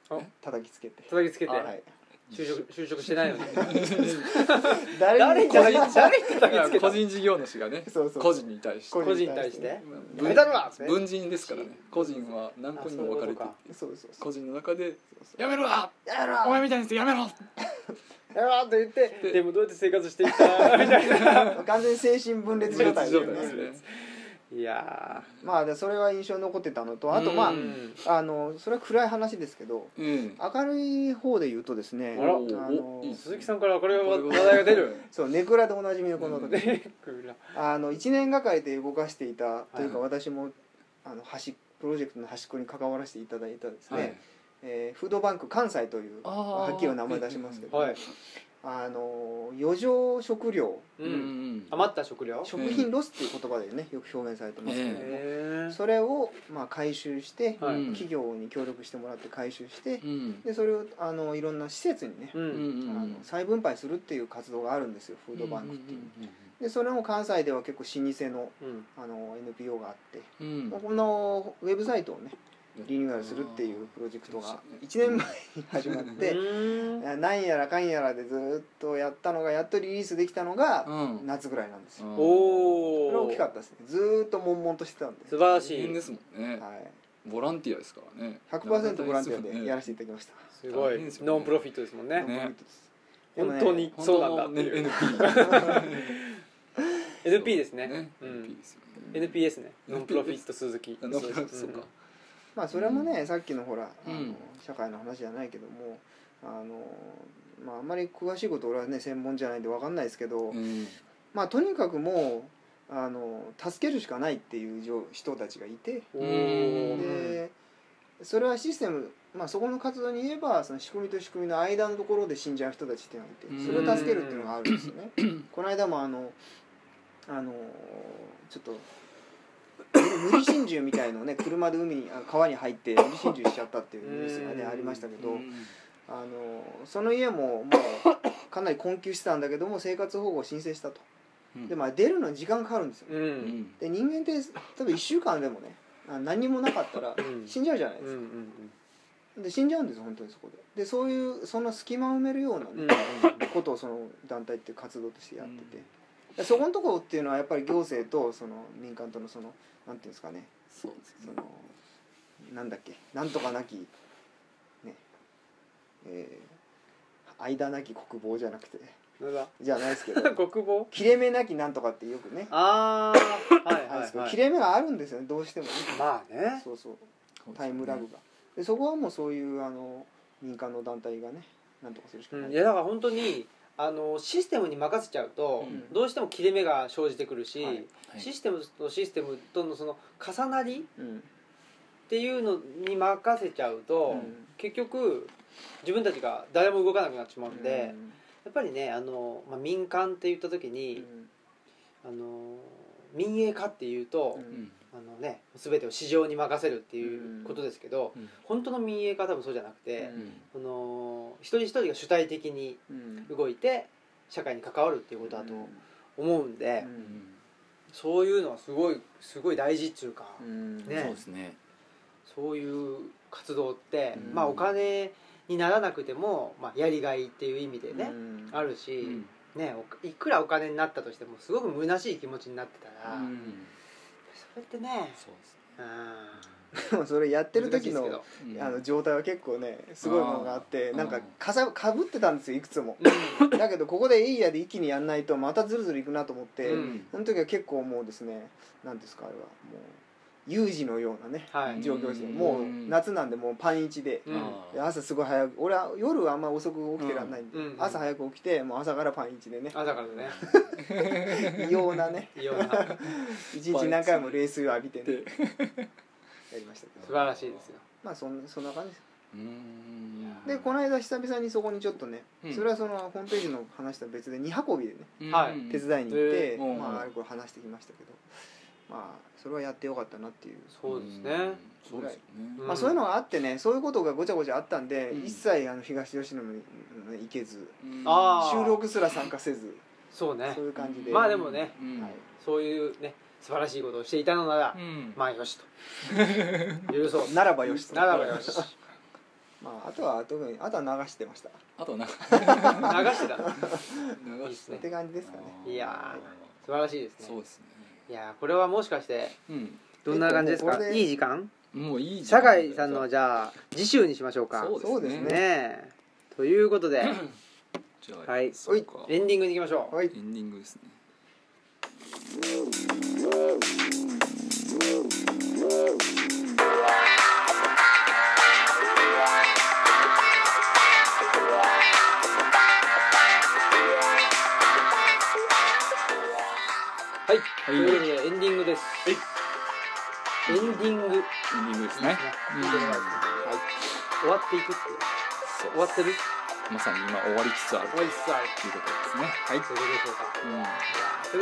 S1: あ
S3: 叩きつけて、
S1: 叩きつけて
S3: はい、
S1: 就職就職してないのに
S3: 誰
S1: 誰
S3: に
S1: に誰に
S3: 個人
S1: 誰に叩きつけた
S2: 個人事業主がね
S3: そうそう
S2: 個人に対して
S3: 個
S1: 個人に対して
S2: 分
S1: やめたるわって
S2: 分人ですからね個人は何個にも分かれてい
S1: あそういうこ
S2: て
S3: そうそうそう
S2: 個人の中で
S3: そう
S2: やめろわ
S3: やろう
S2: お前みたいにしてやめろ
S1: やばーって言って
S2: で
S1: でもどうやって生活していくかみたいな
S3: 完全に精神分裂状態
S2: 状態です
S1: ね
S2: ね
S1: いいや
S3: まあでそれは印象に残ってたの
S1: ー
S3: とあとまあ、
S1: うん
S3: あのそれは暗い話ですけど
S2: うん
S3: 明るい方で言うとですね
S1: あら
S3: の
S2: おいいっす
S1: 鈴木さんからこれは話題が出る
S3: そうネクラでおなじみのこの、
S2: うん
S1: ねクラ
S3: あの1年がかりで動かしていたというか、
S2: は
S3: 私もあの端プロジェクトの端っこに関わらせていただいたですね、
S2: はい
S3: えーフードバンク関西という
S2: あー
S3: はっきりは名前出しますけど、
S1: はい
S3: あの余剰食料
S1: う
S2: うん
S1: ん
S2: うん
S1: 余った食料
S3: 食品ロスっていう言葉でねよく表現されてますけど、
S2: え
S1: へー
S3: それをまあ回収して、
S1: はい
S2: うん
S3: 企業に協力してもらって回収して、
S2: うん
S3: でそれをあのいろんな施設にね、
S1: う
S2: うんんうん
S3: あの再分配するっていう活動があるんですよフードバンクっていう。
S2: う
S3: でそれも関西では結構老舗の
S1: うん
S3: あの NPO があって、
S2: んうんうん
S3: このウェブサイトを
S2: う
S3: ね
S2: ん
S3: リニューアルするっていうプロジェクトが1年前に始まっ
S1: う
S3: て
S1: ーん
S3: なんやらかんやらでずっとやったのがやっとリリースできたのが
S2: うん
S3: 夏ぐらいなんですよ
S1: お
S3: こ
S1: ー
S3: れ大きかったですねずーっと悶々としてたんで
S1: 素晴ら
S2: 大
S1: し
S2: 変で
S1: い
S2: すもんね
S3: はい
S2: ボランティアですからね
S3: 100%ボランティアでやらせてい
S2: て
S3: ただきました
S1: すご
S2: 大
S1: い
S2: 変ですよね
S1: ノンプロフィットですもんね
S2: ね
S3: ノンコミット
S1: 本当
S3: ですでもね
S1: にそうなんだっていう NP ですね
S2: ね
S1: うん
S2: NP です
S1: NPS
S2: よね
S1: ねノンプロフィット鈴木
S2: あ
S1: う
S2: の
S1: ん
S2: そうか
S3: まあそれもね、さっきのほらあ
S2: う
S3: の
S2: ん
S3: 社会の話じゃないけどもあのまああんまり詳しいこと俺はね専門じゃないんで分かんないですけど、
S2: うん
S3: まあとにかくもうあの助けるしかないっていう状人たちがいて、
S1: お
S2: うん
S1: ー
S3: でそれはシステム、まあ、そこの活動に言えばその仕組みと仕組みの間のところで死んじゃう人たちっていうのがいてそれを助けるっていうのがあるんですよね。この間もあのあのちょっと無理心中みたいのをね車で海にあ川に入って無理心中しちゃったっていうニュースがね
S1: うん
S3: ありましたけど、
S2: うん
S3: あのその家ももうかなり困窮してたんだけども生活保護を申請したと
S2: うん
S3: で、まあ、出るのに時間かかるんですよ
S1: うんう
S2: うんん
S3: で人間って多分1週間でもねあ何にもなかったら
S1: うん
S3: 死んじゃうじゃないで
S1: うんう
S3: すか、
S1: ん
S3: で死んじゃうんですよ本当にそこででそういうその隙間を埋めるようなね、
S1: うんうん
S3: ことをその団体っていう活動としてやってて、でそこのところっていうのはやっぱり行政とその民間とのそのなんていうんですかね
S2: そうです
S3: そ
S2: ね
S3: のなんだっけなんとかなきねえー間なき国防じゃなくて
S1: なんだ
S3: じゃないですけど
S1: 国防
S3: 切れ目なきなんとかってよくね
S1: ああはい
S3: あるんですけど
S1: はいは
S3: 切
S1: い
S3: れ目があるんですよねどうしてもね
S1: まあね
S3: そうそうタイムラグがでそこはもうそういうあの民間の団体がねなんとかするしか
S1: う
S3: ない
S1: ん、いやだから本当にあのシステムに任せちゃうと、
S2: うん
S1: どうしても切れ目が生じてくるし、
S3: はい
S2: はい
S1: システムとシステムとのその重なり
S3: うん
S1: っていうのに任せちゃうと、
S3: うん
S1: 結局自分たちが誰も動かなくなってしまうんで、や
S3: うん
S1: っぱりねあの、まあ、民間って言った時に、あの民営化っていうと、
S3: うん
S2: うん
S1: あのね、全てを市場に任せるっていうことですけど、
S2: うん
S1: 本当の民営化は多分そうじゃなくて、そ
S3: うん
S1: の一人一人が主体的に
S3: うん
S1: 動いて社会に関わるっていうことだと思うんで、
S3: う
S2: うんん
S1: そういうのはすごいすごい大事っていうか、
S3: うん
S1: ね
S2: そうですね
S1: そういう活動って、
S2: うん
S1: まあお金にならなくても、まあ、やりがいっていう意味で
S3: う
S1: ね、
S3: ん
S1: あるし、
S2: うん
S1: ね、おいくらお金になったとしてもすごく虚しい気持ちになってたら、
S2: うん
S1: それってね
S2: そうで
S1: うん
S2: すね
S3: でもそれやってる
S1: 難しい
S3: 時
S1: ですけ
S3: の
S1: ど
S2: うん
S3: あの状態は結構ねすごいものがあって
S2: あー
S3: なんか
S2: うん
S3: かさかぶってたんですよいくつもだけどここでいいやで一気にやんないとまたズルズルいくなと思って、
S1: うん
S3: その時は結構もうですね何ですかあれはもう有事のようなね
S1: はい、
S3: 状況ですよ
S2: うん
S3: もう夏なんでもうパンイチで
S1: うん
S3: で朝すごい早く俺は夜はあんま遅く起きてらんないんで、
S1: うんうん
S3: 朝早く起きてもう朝からパンイチでね
S1: 朝からね
S3: 異様な ね
S1: いいような
S3: 一日何回も冷水を浴びて、ね
S2: で、
S3: やりましたけど
S1: 素晴らしいですよ
S3: まあそんそんな感じです
S2: うん
S3: でこの間久々にそこにちょっとね、
S2: うん
S3: それはそのホームページの話とは別で2運びでね
S1: はい
S2: うん
S3: 手伝いに行って、
S2: えー
S3: ま
S2: うん
S3: ああれこれ話してきましたけどまあそれはやってよかったなっていう、
S1: そうですね、
S2: んそうですよね
S1: うん
S3: まあそういうのがあってねそういうことがごちゃごちゃあったんで、
S2: うん
S3: 一切あの東吉野にうん行けず
S2: うん
S1: あー
S3: 収録すら参加せず
S1: そうね
S3: そういう感じで
S1: まあでもね
S2: うん
S3: はい
S1: そういうね素晴らしいことをしていたのなら、
S2: うん
S1: まあよしと許そう
S3: ならばよしと
S1: ならばよし
S3: まあ、あとは特にあとは流してましたっ
S2: あとはなんか
S1: 流してた
S2: 流
S1: すね
S3: て感じですかね
S2: あー
S1: いや素晴らしいです
S2: そう
S1: ね
S2: ですね
S1: いやーこれはもしかして
S2: う
S1: どんな感じです
S3: えっ
S1: か
S3: とこれで
S1: いい時間
S2: んもういいじゃん
S1: 酒井さんのはじゃあ次週にしましょうか
S2: そうです
S1: ね
S2: ね
S1: えということ で
S2: じゃあ
S1: はい
S2: そうか
S1: エンディングに行きましょう
S3: はい
S2: エンディングですね
S1: はい、というわけでエンディングです、エンディングいいです
S2: エンディングですね
S1: ねいいじゃないですかはい終わっていくって
S2: そう
S1: 終わってる
S2: まさに今終わりつつある
S1: 終わりつつある
S2: という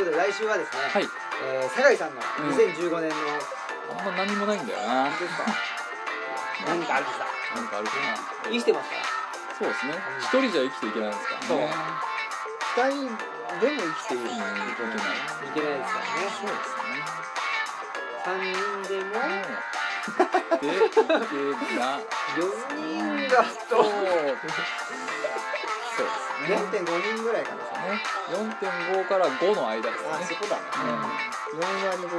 S1: とい
S2: ことですねはい、
S1: うことでしょうかや
S2: うん、はい
S1: ーということで来週はですね、え
S2: い
S1: ー酒井さんの2015年の、
S2: あんま何もないんだよな
S1: どうですか何かあるんですか
S2: なんかあるか
S1: 生
S2: な
S1: きてますから
S2: そうです
S1: う
S2: ね
S1: ん
S2: 一、人じゃ生きていけないですからね
S1: そう
S3: 二人でも生きている
S2: うんいけ
S1: いけな
S2: ない
S1: いですか
S2: そうで
S1: らね3人でも
S2: すねでいけな
S1: 4人だ
S2: そ
S1: と
S2: うそうですね
S3: 4.5人ぐらいかな
S2: ね4.5から5の間ですね
S3: あそこだね
S2: うん
S3: 4割5分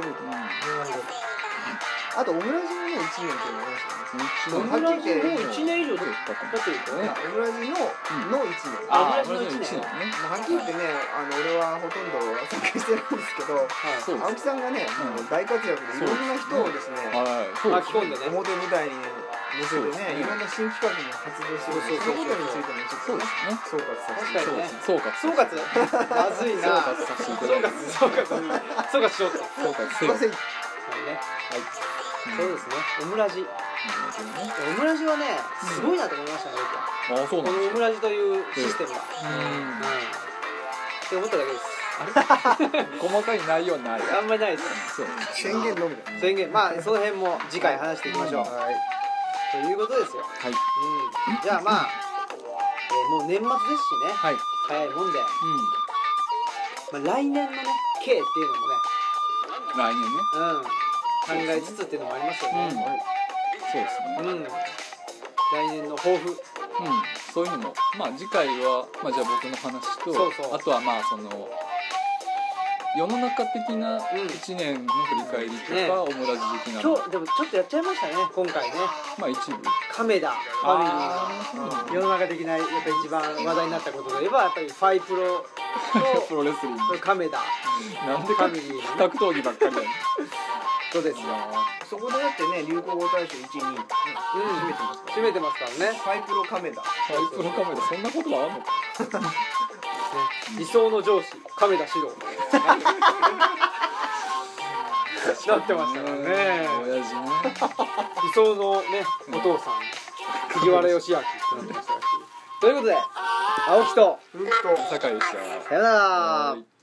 S3: あとオムラジもね1年っていうのがあり
S1: オ
S3: ん
S1: ムラジもう1年以上経っ
S2: 経
S1: てるでしょ
S2: ね
S1: ね
S3: ますよねオムラジ
S1: あオムラ
S2: うんあ
S3: のの1年
S1: ジの一年
S2: オムラジの一年ね
S3: まあはっきり言ってね、あの俺はほとんど参加してないんですけど、
S1: はい
S2: そうです
S3: 青木さんがね、
S2: うん
S3: もう大活躍でいろんな人をですね、
S2: はいそう
S1: 巻き込んでね
S3: 表舞台に乗せ
S2: そう
S3: て
S2: です
S3: ね、
S2: ね
S3: いろんな新企画に発動してるんで、
S1: そ
S3: そ
S1: う
S3: の
S1: そうそう
S3: ことについてもち
S2: そ
S3: ょっと
S2: うです、ね
S3: ね総括させて
S1: 確かに
S3: いただきます
S1: ね
S2: そうか
S1: 総括まずいな
S2: 総括さ
S1: 総括総括総括しようと、は
S2: せていただきまそうか
S3: すいません、
S1: いね、
S2: はい
S1: そうですすねオムラジ
S2: ね
S1: オムラジはねすごいなと思いましたね、僕は
S2: あそう
S1: こ
S2: なん
S1: のオ
S2: です
S1: ム
S2: よ
S1: ラジというシステムが、うんって思っただけです
S2: 細かい内容ない
S1: あんまりないです
S2: そう
S3: 宣言のみだ
S1: 宣言まあその辺も次回話していきましょう、
S3: はい、
S1: ということですよ、
S2: はい
S1: うん、じゃあまあ、えーもう年末ですしね
S2: はいうん
S1: 早いもんで、まあ、来年のね K っていう
S2: 来年ね
S1: のもね、うん、考えつつっていうのもありますよ
S2: うん
S1: ね、
S2: そうですね
S1: うん来年の抱負
S2: うん、そういうのもまあ次回は、まあ、じゃあ僕の話と
S1: そうそう
S2: あとはまあその世の中的な
S1: うん
S2: 1年の振り返りとか、
S1: ね
S2: オムラジ的なの
S1: 今日でもちょっとやっちゃいましたね今回ね
S2: まあ一部
S1: 亀田ファミリーの
S2: あー
S1: 世の中的なやっぱ一番話題になったことといえばやっぱりファイプロ
S2: プロレスリング
S1: と亀田
S2: なんで
S1: ファ
S2: か
S1: ミリーの
S2: 格闘技ばっかりだよ
S1: そうですよ、
S3: そこでだってね、流行語大賞1位、2位、ね、
S1: うん、
S3: 占めてますから
S1: 締めてますからね
S3: ファイプロカメダ
S2: ハイプロカメラそんなことはあんのか
S1: 理想の上司亀田史 郎なってましたからね
S2: 親父ね
S1: 理想のねお父さん藤原義明ってなってましたらしいということで青木と
S3: フルート
S2: 酒井でした
S1: さよなら
S2: はい